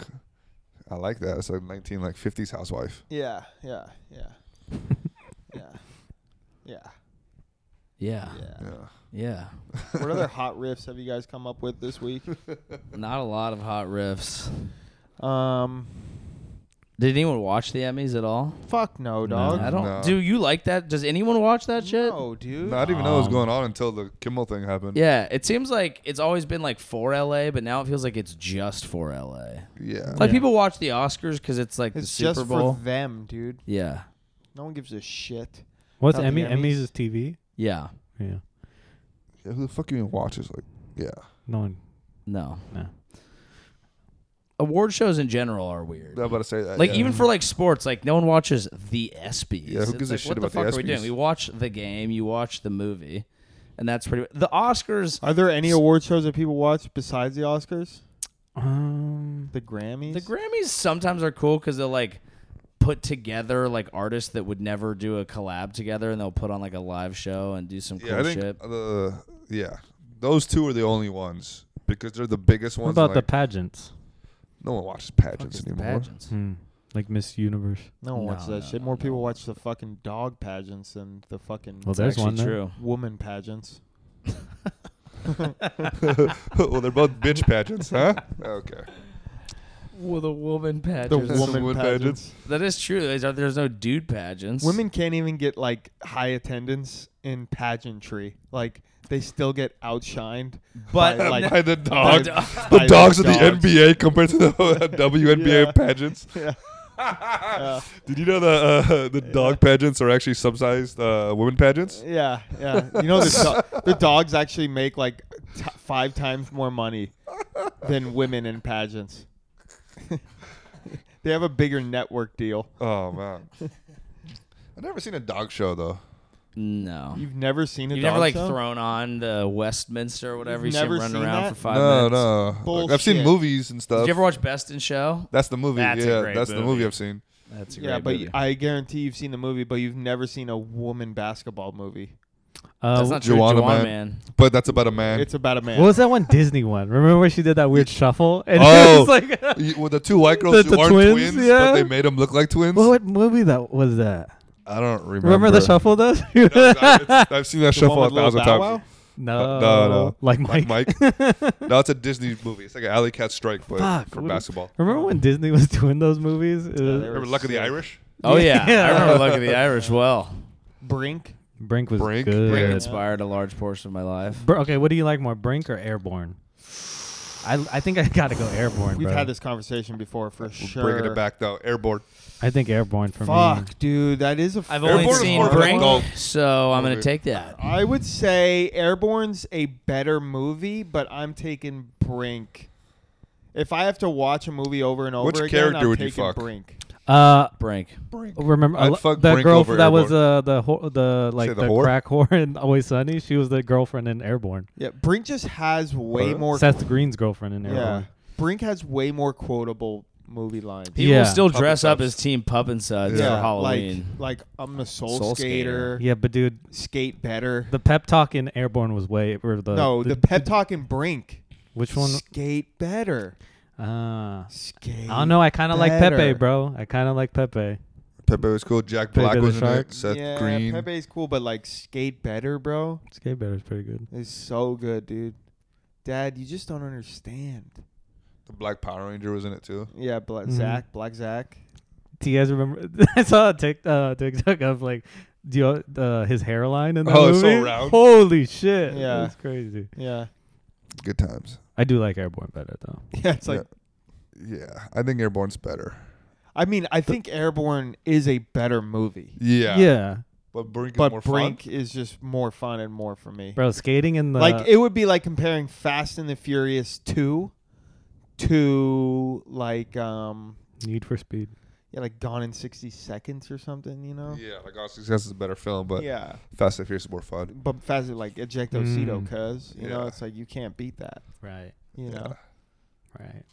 Speaker 2: I like that. It's like 19 like 50s housewife.
Speaker 4: Yeah, yeah, yeah, yeah, yeah,
Speaker 1: yeah,
Speaker 4: yeah.
Speaker 2: Yeah.
Speaker 1: yeah.
Speaker 4: What other hot riffs have you guys come up with this week?
Speaker 1: Not a lot of hot riffs.
Speaker 4: Um,
Speaker 1: Did anyone watch the Emmys at all?
Speaker 4: fuck no,
Speaker 3: No.
Speaker 4: dog.
Speaker 1: I don't.
Speaker 2: No.
Speaker 1: Do you like that? Does anyone watch that shit?
Speaker 4: No, dude.
Speaker 2: No, I didn't even know what was
Speaker 3: Um,
Speaker 2: going on until the Kimmel thing happened.
Speaker 1: Yeah, it seems like it's always been like for LA, but now it feels like it's just for LA.
Speaker 2: Yeah.
Speaker 1: Like
Speaker 3: Yeah.
Speaker 1: people watch the Oscars because it's like the
Speaker 4: it's
Speaker 1: Super
Speaker 4: just
Speaker 1: Bowl.
Speaker 4: for them, dude.
Speaker 1: yeah,
Speaker 4: No one gives a shit.
Speaker 3: What's
Speaker 4: Not the
Speaker 3: Emmy? Emmys
Speaker 4: Emmys.
Speaker 3: is TV.
Speaker 1: yeah.
Speaker 3: Yeah.
Speaker 2: Yeah, Who the fuck even watches? Like, yeah.
Speaker 3: No one.
Speaker 1: No,
Speaker 3: No.
Speaker 1: award shows in general are weird.
Speaker 2: I'm about to say that.
Speaker 1: Like
Speaker 2: yeah.
Speaker 1: even for like sports, like no one watches the ESPYS.
Speaker 2: Yeah, who
Speaker 1: It's
Speaker 2: gives a
Speaker 1: like,
Speaker 2: shit
Speaker 1: what
Speaker 2: about the
Speaker 1: the fuck are we doing?
Speaker 2: ESPYs?
Speaker 1: We watch the game, you watch the movie, and that's pretty. The Oscars,
Speaker 4: Are there any award shows that people watch besides the Oscars?
Speaker 3: Um.
Speaker 4: The Grammys?
Speaker 1: the Grammys sometimes are cool because they'll like put together like artists that would never do a collab together, and they'll put on like a live show and do some cool
Speaker 2: Yeah, I think
Speaker 1: shit.
Speaker 2: uh, yeah, those two are the only ones because they're the biggest
Speaker 3: What
Speaker 2: ones.
Speaker 3: about the
Speaker 2: like,
Speaker 3: pageants?
Speaker 2: no one watches
Speaker 1: Fuck
Speaker 2: pageants
Speaker 1: is the
Speaker 2: anymore.
Speaker 1: pageants?
Speaker 3: Hmm. Like Miss Universe.
Speaker 4: no one watches
Speaker 1: No,
Speaker 4: that
Speaker 1: no,
Speaker 4: shit.
Speaker 1: no,
Speaker 4: More
Speaker 1: no.
Speaker 4: people watch the fucking dog pageants than the fucking
Speaker 3: Well,
Speaker 1: It's
Speaker 3: there's
Speaker 1: actually
Speaker 3: one. there.
Speaker 1: true.
Speaker 4: woman pageants.
Speaker 2: well, they're both bitch pageants, huh? Okay.
Speaker 1: Well, the woman
Speaker 4: The
Speaker 1: pageants.
Speaker 4: woman
Speaker 2: woman
Speaker 4: pageants.
Speaker 2: pageants.
Speaker 1: that is true. There's, there's no dude pageants.
Speaker 4: Women can't even get like high attendance in pageantry. Like they still get outshined.
Speaker 1: But-
Speaker 4: by, like
Speaker 2: by the dog,
Speaker 1: dog-
Speaker 2: the
Speaker 4: by
Speaker 2: dogs of the
Speaker 4: dogs.
Speaker 2: NBA compared to the WNBA
Speaker 4: Yeah.
Speaker 2: pageants.
Speaker 4: Yeah. Yeah.
Speaker 2: Did you know the uh, the dog pageants are actually subsidized uh, women pageants?
Speaker 4: Yeah, yeah. You know the, do- the dogs actually make like t- five times more money than women in pageants. They have a bigger network deal.
Speaker 2: Oh man, I've never seen a dog show though.
Speaker 1: No.
Speaker 4: You've never seen a
Speaker 1: You've
Speaker 4: dog
Speaker 1: never like
Speaker 4: show?
Speaker 1: thrown on the Westminster or whatever.
Speaker 4: You've
Speaker 1: you see him
Speaker 4: never
Speaker 1: running
Speaker 4: seen
Speaker 1: around
Speaker 4: that?
Speaker 1: for five
Speaker 2: no,
Speaker 1: minutes.
Speaker 2: no. Like, I've seen
Speaker 4: Bullshit.
Speaker 2: movies and stuff.
Speaker 1: Did you ever watch Best in Show?
Speaker 2: that's the movie.
Speaker 1: That's a
Speaker 2: yeah,
Speaker 1: great
Speaker 2: that's the movie
Speaker 1: movie.
Speaker 2: I've seen.
Speaker 1: That's a great
Speaker 4: Yeah, but
Speaker 1: movie.
Speaker 4: I guarantee you've seen the movie, but you've never seen a woman basketball movie.
Speaker 3: Uh,
Speaker 1: that's not true.
Speaker 2: Juana
Speaker 1: Juana
Speaker 2: Man.
Speaker 1: Man.
Speaker 2: But that's about a man.
Speaker 4: It's about a man.
Speaker 3: What was that one Disney one? Remember where she did that weird shuffle? And
Speaker 2: Oh.
Speaker 3: it was like,
Speaker 2: You- well, the two white girls
Speaker 3: The-
Speaker 2: who
Speaker 3: the
Speaker 2: aren't twins,
Speaker 3: twins,
Speaker 2: but
Speaker 3: yeah.
Speaker 2: they made them look like twins.
Speaker 3: what, what movie that was that?
Speaker 2: I don't remember.
Speaker 3: Remember, the shuffle though?
Speaker 2: No, it's- I've seen that
Speaker 4: The one
Speaker 2: shuffle a
Speaker 4: with Lil
Speaker 2: thousand
Speaker 4: Bow
Speaker 2: times.
Speaker 4: Wow?
Speaker 3: no,
Speaker 2: No, no.
Speaker 3: like
Speaker 2: Like
Speaker 3: Mike.
Speaker 2: Mike. no, it's a Disney movie. It's like an alley cat strike, but
Speaker 3: Fuck,
Speaker 2: for
Speaker 3: what-
Speaker 2: basketball.
Speaker 3: Remember when Disney was doing those movies? It was-
Speaker 4: they were-
Speaker 2: Remember Luck of the
Speaker 4: sick.
Speaker 2: Irish?
Speaker 1: Oh yeah,
Speaker 3: Yeah.
Speaker 1: I remember Luck of the Irish well.
Speaker 4: Brink.
Speaker 3: Brink was
Speaker 2: Brink?
Speaker 3: good.
Speaker 2: Brink
Speaker 1: It
Speaker 2: Yeah.
Speaker 1: inspired a large portion of my life.
Speaker 3: Br- okay, what do you like more, Brink or Airborne? I I think I gotta go Airborne.
Speaker 4: We've
Speaker 3: bro.
Speaker 4: had this conversation before for sure.
Speaker 2: Bringing it back though. Airborne.
Speaker 3: I think Airborne for me.
Speaker 4: Fuck, dude, that is a.
Speaker 1: I've
Speaker 4: fair
Speaker 1: only
Speaker 2: Airborne is
Speaker 1: seen
Speaker 2: more of an adult
Speaker 1: Brink, so I'm gonna
Speaker 2: movie.
Speaker 1: take that.
Speaker 4: I would say Airborne's a better movie, but I'm taking Brink. If I have to watch a movie over and over
Speaker 2: Which
Speaker 4: again,
Speaker 2: character
Speaker 4: I'm
Speaker 2: would you
Speaker 4: taking
Speaker 2: fuck?
Speaker 4: Brink.
Speaker 3: Uh,
Speaker 1: Brink.
Speaker 3: remember
Speaker 2: I'd
Speaker 3: uh,
Speaker 2: fuck
Speaker 3: that
Speaker 2: Brink
Speaker 3: girl
Speaker 2: over
Speaker 3: that was
Speaker 2: Airborne.
Speaker 3: uh the ho- the like
Speaker 2: Say the
Speaker 3: the,
Speaker 2: whore?
Speaker 3: crack whore in Always Sunny? She was the girlfriend in Airborne.
Speaker 4: Yeah, Brink just has way
Speaker 2: Huh?
Speaker 4: more.
Speaker 3: Seth Green's girlfriend in
Speaker 4: yeah,
Speaker 3: Airborne.
Speaker 4: Brink has way more quotable movie lines.
Speaker 1: People
Speaker 3: Yeah.
Speaker 1: still dress up
Speaker 2: Puppet
Speaker 1: as Team Pup and Suds
Speaker 2: Yeah.
Speaker 1: for Halloween.
Speaker 4: Like, like I'm a soul,
Speaker 1: Soul
Speaker 4: skater,
Speaker 1: skater.
Speaker 3: Yeah, but dude,
Speaker 4: skate better.
Speaker 3: the pep talk in Airborne was way or the
Speaker 4: no, the, pep talk and Brink.
Speaker 3: Which one?
Speaker 4: Skate better.
Speaker 3: Uh,
Speaker 4: Skate.
Speaker 3: I don't know. I kind of like Pepe,
Speaker 4: better.
Speaker 3: bro. I kind of like Pepe.
Speaker 2: Pepe was cool. Jack
Speaker 3: Pepe
Speaker 2: Black
Speaker 3: the
Speaker 2: was in
Speaker 3: Shark.
Speaker 2: it. Seth
Speaker 4: yeah,
Speaker 2: Green.
Speaker 4: Pepe's cool, but like skate better, bro.
Speaker 3: Skate Better is pretty good.
Speaker 4: It's so good, dude. Dad, you just don't understand.
Speaker 2: The Black Power Ranger was in it too.
Speaker 4: Yeah, Black
Speaker 3: Mhm.
Speaker 4: Zach, Black Zach.
Speaker 3: Do you guys remember? I saw a tic, uh, TikTok of like, do you, uh, his hairline in that
Speaker 2: Oh,
Speaker 3: movie.
Speaker 2: it's so round.
Speaker 3: Holy shit!
Speaker 4: Yeah.
Speaker 3: that's crazy.
Speaker 4: Yeah,
Speaker 2: Good times.
Speaker 3: I do like Airborne better though.
Speaker 4: yeah. It's like
Speaker 2: Yeah, I think Airborne's better.
Speaker 4: I mean, I think Airborne is a better movie,
Speaker 2: Yeah.
Speaker 3: yeah,
Speaker 2: But Brink is more
Speaker 4: but
Speaker 2: fun.
Speaker 4: Brink is just more fun and more for me.
Speaker 3: bro. Skating in the
Speaker 4: like it would be like comparing Fast and the Furious two to like um
Speaker 3: Need for Speed.
Speaker 4: yeah like Gone in sixty seconds or something, you know?
Speaker 2: Yeah, like Austin Success is a better film, but
Speaker 4: yeah.
Speaker 2: Fast and Furious is more fun.
Speaker 4: But Fast is like ejectocito,
Speaker 3: Mm.
Speaker 4: cuz you know
Speaker 2: Yeah.
Speaker 4: it's like you can't beat that,
Speaker 3: Right,
Speaker 4: you know.
Speaker 3: right.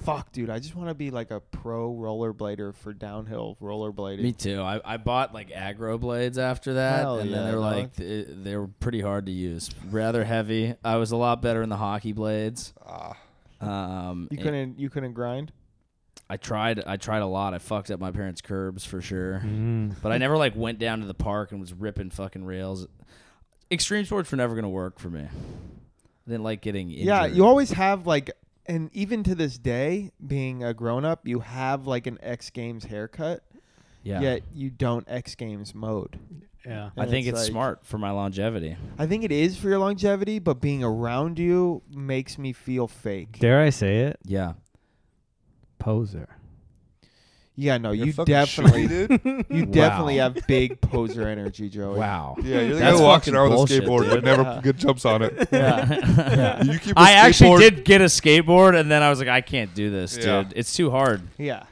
Speaker 4: Fuck, dude, I just want to be like a pro rollerblader for downhill rollerblading.
Speaker 1: Me too. I, I bought like aggro blades after that,
Speaker 4: Hell
Speaker 1: and
Speaker 4: yeah,
Speaker 1: then they were
Speaker 4: dog.
Speaker 1: like th- they were pretty hard to use, rather heavy. I was a lot better in the hockey blades.
Speaker 2: Ah,
Speaker 1: Um,
Speaker 4: you
Speaker 1: and
Speaker 4: couldn't you couldn't grind?
Speaker 1: I tried. I tried a lot. I fucked up my parents' curbs for sure,
Speaker 4: Mm-hmm.
Speaker 3: Mm.
Speaker 1: but I never like went down to the park and was ripping fucking rails. Extreme sports were never gonna work for me. I didn't like getting injured.
Speaker 4: Yeah, you always have like and even to this day, being a grown up, you have like an X Games haircut,
Speaker 1: Yeah.
Speaker 4: yet you don't X Games mode.
Speaker 3: Yeah,
Speaker 1: I
Speaker 4: And
Speaker 1: think it's
Speaker 4: it's like-
Speaker 1: smart for my longevity.
Speaker 4: I think it is for your longevity, but being around you makes me feel fake.
Speaker 3: dare I say it?
Speaker 1: Yeah.
Speaker 3: Poser.
Speaker 4: yeah, no,
Speaker 2: you're
Speaker 4: you
Speaker 2: fucking
Speaker 4: definitely
Speaker 2: shitty, dude.
Speaker 4: you
Speaker 1: Wow.
Speaker 4: definitely have big poser energy, Joey.
Speaker 1: Wow.
Speaker 2: Yeah, you're the guy
Speaker 1: That's
Speaker 2: who walks
Speaker 1: fucking
Speaker 2: around with a
Speaker 1: bullshit,
Speaker 2: skateboard but
Speaker 1: dude.
Speaker 2: never
Speaker 4: Yeah.
Speaker 2: good jumps on it.
Speaker 4: Yeah. Yeah.
Speaker 2: You keep a
Speaker 1: I actually
Speaker 2: skateboard-
Speaker 1: did get a skateboard, and then I was like, I can't do this,
Speaker 2: Yeah.
Speaker 1: dude. It's too hard.
Speaker 4: Yeah.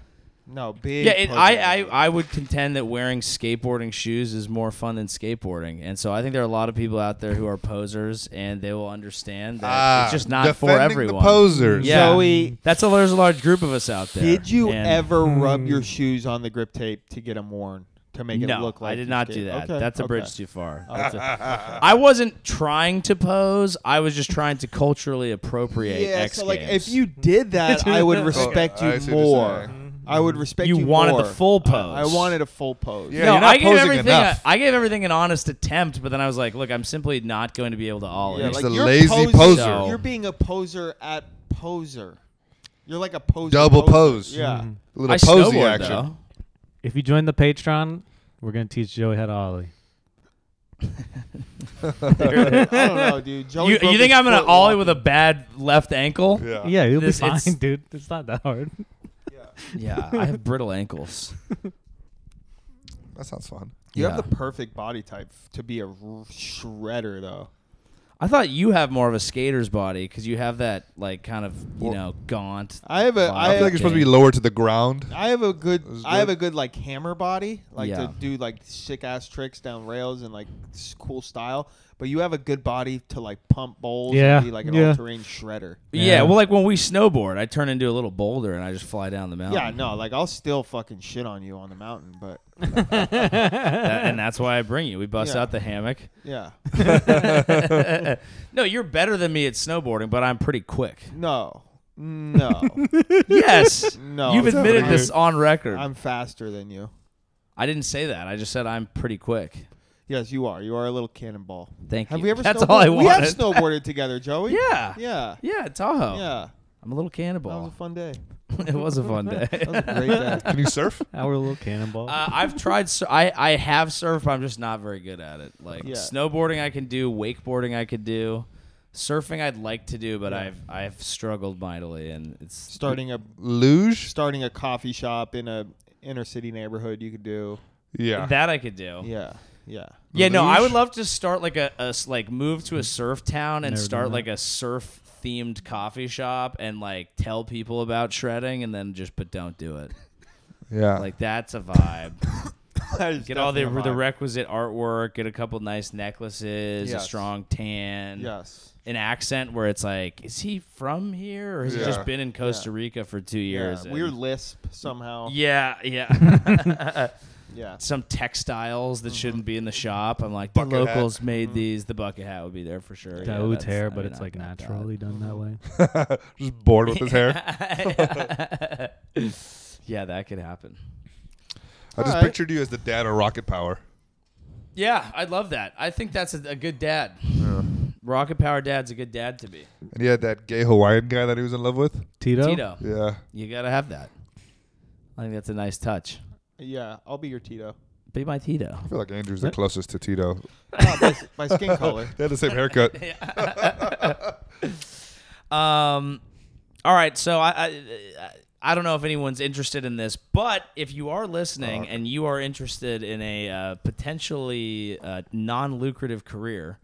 Speaker 4: No, big
Speaker 1: Yeah, it,
Speaker 4: poser
Speaker 1: I, I,
Speaker 4: energy.
Speaker 1: I would contend that wearing skateboarding shoes is more fun than skateboarding. And so I think there are a lot of people out there who are posers, and they will understand that
Speaker 2: Ah,
Speaker 1: it's just not for
Speaker 2: defending
Speaker 1: everyone.
Speaker 2: The posers.
Speaker 1: Yeah.
Speaker 4: Joey,
Speaker 1: That's a there's a large group of us out there.
Speaker 4: Did you
Speaker 1: and Hmm.
Speaker 4: ever rub
Speaker 3: Mm.
Speaker 4: your shoes on the grip tape to get them worn to make
Speaker 1: no,
Speaker 4: it look like?
Speaker 1: I did
Speaker 4: you
Speaker 1: not
Speaker 4: skate?
Speaker 1: do that.
Speaker 4: Okay,
Speaker 1: That's a bridge
Speaker 4: okay.
Speaker 1: too far. That's a- I wasn't trying to pose. I was just trying to culturally appropriate
Speaker 4: Yeah,
Speaker 1: X
Speaker 4: so like
Speaker 1: Games.
Speaker 4: if you did that, I would
Speaker 3: Okay,
Speaker 4: respect
Speaker 2: Oh, I see
Speaker 4: you
Speaker 2: what you're
Speaker 4: more.
Speaker 2: saying.
Speaker 4: I would respect you.
Speaker 1: You wanted the
Speaker 4: more.
Speaker 1: full
Speaker 4: I- I,
Speaker 1: pose.
Speaker 4: wanted a full pose.
Speaker 2: Yeah.
Speaker 1: no,
Speaker 2: you're not
Speaker 1: I gave
Speaker 2: posing
Speaker 1: everything.
Speaker 2: enough.
Speaker 1: A, I gave everything an honest attempt, but then I was like, "Look, I'm simply not going to be able to ollie."
Speaker 4: Yeah,
Speaker 2: He's
Speaker 4: like
Speaker 2: a
Speaker 4: you're
Speaker 2: lazy
Speaker 4: posing-
Speaker 2: poser.
Speaker 1: So-
Speaker 4: You're being a poser at poser. You're like a poser.
Speaker 2: Double
Speaker 4: poser.
Speaker 2: pose.
Speaker 4: Yeah.
Speaker 3: Mhm.
Speaker 2: Little
Speaker 1: I
Speaker 2: posy
Speaker 1: snowboard
Speaker 2: action.
Speaker 1: though.
Speaker 3: If you join the Patreon, we're gonna teach Joey how to ollie.
Speaker 4: I don't know, dude. Joey
Speaker 1: You,
Speaker 4: broke
Speaker 1: you think
Speaker 4: his
Speaker 1: I'm gonna
Speaker 4: foot
Speaker 1: ollie
Speaker 4: walking.
Speaker 1: with a bad left ankle?
Speaker 2: Yeah.
Speaker 3: yeah, you'll
Speaker 1: This-
Speaker 3: be fine,
Speaker 1: it's-
Speaker 3: dude. It's not that hard.
Speaker 1: Yeah, I have brittle ankles.
Speaker 2: That sounds fun.
Speaker 4: You
Speaker 1: Yeah.
Speaker 4: have the perfect body type to be a r- shredder, though.
Speaker 1: I thought you have more of a skater's body because you have that like kind of you
Speaker 2: Well-
Speaker 1: know gaunt.
Speaker 4: I have a.
Speaker 1: Wow.
Speaker 2: I
Speaker 4: I
Speaker 2: feel like you're supposed to be lower to the ground.
Speaker 4: I have a good,
Speaker 2: This is
Speaker 4: I have
Speaker 2: good.
Speaker 4: a good like hammer body, like
Speaker 1: Yeah.
Speaker 4: to do like sick ass tricks down rails and like s- cool style. But you have a good body to like pump bowls
Speaker 3: Yeah,
Speaker 4: and be like an
Speaker 3: yeah.
Speaker 4: all terrain shredder.
Speaker 1: Yeah.
Speaker 3: Yeah.
Speaker 1: well, like when we snowboard, I turn into a little boulder and I just fly down the mountain.
Speaker 4: Yeah, no, like I'll still fucking shit on you on the mountain, but
Speaker 1: That- and that's why I bring you. We bust
Speaker 4: Yeah.
Speaker 1: out the hammock.
Speaker 4: yeah,
Speaker 1: no, you're better than me at snowboarding, but I'm pretty quick.
Speaker 4: no, no,
Speaker 1: Yes,
Speaker 4: No,
Speaker 1: You've
Speaker 4: it's
Speaker 1: admitted
Speaker 4: not.
Speaker 1: this on record.
Speaker 4: I'm faster than you.
Speaker 1: I didn't say that. I just said I'm pretty quick.
Speaker 4: Yes, you are. You are a little cannonball.
Speaker 1: Thank
Speaker 4: Have
Speaker 1: you.
Speaker 4: we ever?
Speaker 1: That's
Speaker 4: snowboarded?
Speaker 1: all I
Speaker 4: We have
Speaker 1: wanted.
Speaker 4: snowboarded together, Joey.
Speaker 1: Yeah.
Speaker 4: yeah,
Speaker 1: Yeah, Tahoe.
Speaker 4: yeah.
Speaker 1: I'm a little
Speaker 4: That was a
Speaker 1: cannonball.
Speaker 4: fun day.
Speaker 1: it was a fun day.
Speaker 4: That was a great day.
Speaker 2: Can you surf?
Speaker 3: Our little cannonball.
Speaker 1: Uh, I've tried. Sur- I I have surfed. but I'm just not very good at it. Like
Speaker 4: Yeah.
Speaker 1: snowboarding, I can do. Wakeboarding, I could do. Surfing, I'd like to do, but I've I've struggled mightily, and it's
Speaker 4: Starting a
Speaker 2: Luge?
Speaker 4: starting a coffee shop in a inner city neighborhood you could do
Speaker 2: Yeah.
Speaker 1: that I could do. Yeah,
Speaker 4: yeah yeah
Speaker 1: no, I
Speaker 2: Luge?
Speaker 1: would love to start like a, a s- like move to a surf town and
Speaker 3: Never done
Speaker 1: start
Speaker 3: that.
Speaker 1: like a surf themed coffee shop and like tell people about shredding and then just but don't do it.
Speaker 2: yeah.
Speaker 1: Like that's a vibe.
Speaker 4: That is
Speaker 1: get all the
Speaker 4: definitely a
Speaker 1: the
Speaker 4: vibe.
Speaker 1: requisite artwork. Get a couple nice necklaces. A
Speaker 4: Yes.
Speaker 1: strong tan.
Speaker 4: yes
Speaker 1: an accent where it's like, is he from here or has he
Speaker 2: Yeah.
Speaker 1: just been in Costa Rica for two years?
Speaker 4: yeah.
Speaker 1: and-
Speaker 4: weird lisp somehow yeah,
Speaker 1: Yeah, yeah. Some textiles that shouldn't be in the shop. I'm like, the
Speaker 2: Bucket hat.
Speaker 1: locals made
Speaker 4: Mm-hmm.
Speaker 1: these. The bucket hat would be there for sure.
Speaker 3: that
Speaker 1: Yeah,
Speaker 3: would
Speaker 1: that's-
Speaker 3: tear,
Speaker 1: I
Speaker 3: but
Speaker 1: mean,
Speaker 3: it's
Speaker 1: I-
Speaker 3: like
Speaker 1: I got
Speaker 3: naturally done that
Speaker 1: Mm-hmm.
Speaker 3: way.
Speaker 2: Just bored with his hair.
Speaker 1: it. yeah, that could happen.
Speaker 2: I just
Speaker 4: Alright.
Speaker 2: pictured you as the dad of Rocket Power.
Speaker 1: Yeah, I love that. I think that's a, a good dad. Rocket Power Dad's a good dad to be.
Speaker 2: And he had that gay Hawaiian guy that he was in love with.
Speaker 3: Tito.
Speaker 1: Tito,
Speaker 2: Yeah.
Speaker 1: you gotta have that. I think that's a nice touch.
Speaker 4: yeah i'll be your tito
Speaker 1: Be my Tito.
Speaker 2: I feel like Andrew's the closest to Tito.
Speaker 4: Not by, s- by skin color
Speaker 2: They had the same haircut.
Speaker 1: Um, all right. So I, I I don't know if anyone's interested in this, but if you are listening and you are interested in a uh, potentially uh, non-lucrative career.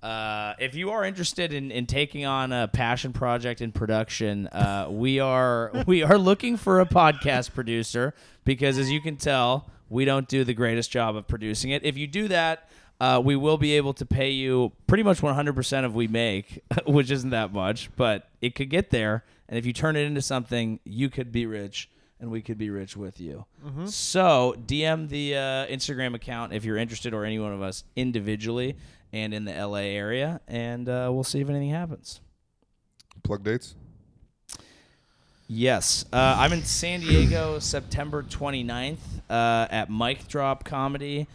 Speaker 1: Uh, if you are interested in, in taking on a passion project in production, uh, we are we are looking for a podcast producer because, as you can tell, we don't do the greatest job of producing it. If you do that, uh, we will be able to pay you pretty much 100% of we make, which isn't that much, but it could get there. And if you turn it into something, you could be rich and we could be rich with you. So DM the uh, Instagram account if you're interested or any one of us individually and in the LA area, and uh, we'll see if anything happens.
Speaker 2: Plug dates.
Speaker 1: Yes. Uh, I'm in San Diego September 29th uh, at Mike Drop Comedy.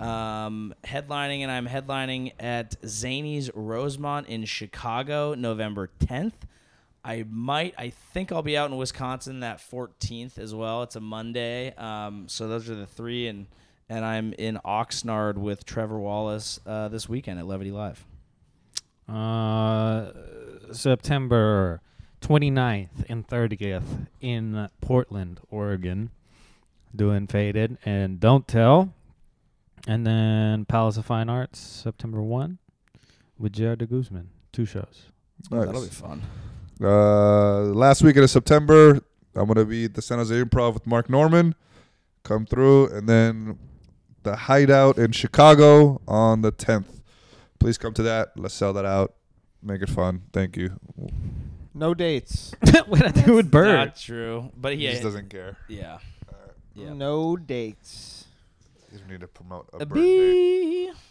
Speaker 1: Um, headlining, and I'm headlining at Zany's Rosemont in Chicago November 10th. I might, I think I'll be out in Wisconsin that 14th as well. It's a Monday. Um, so those are the three. And, and I'm in Oxnard with Trevor Wallace uh, this weekend at Levity Live.
Speaker 3: Uh, September 29th and 30th in Portland, Oregon, doing Faded and Don't Tell. And then Palace of Fine Arts, September 1 with Jared de Guzman. Two shows.
Speaker 1: That'll be
Speaker 2: Nice.
Speaker 1: fun.
Speaker 2: Uh, last weekend of September, I'm going to be at the San Jose Improv with Mark Norman. Come through. And then the Hideout in Chicago on the 10th. Please come to that. Let's sell that out. Make it fun. Thank you.
Speaker 4: no dates
Speaker 3: what I do with Bird.
Speaker 1: Not true. But
Speaker 2: He
Speaker 1: yeah.
Speaker 2: just doesn't care.
Speaker 1: yeah. Yeah.
Speaker 4: no dates
Speaker 2: You don't need to promote a,
Speaker 1: A
Speaker 2: bird date.
Speaker 1: bee.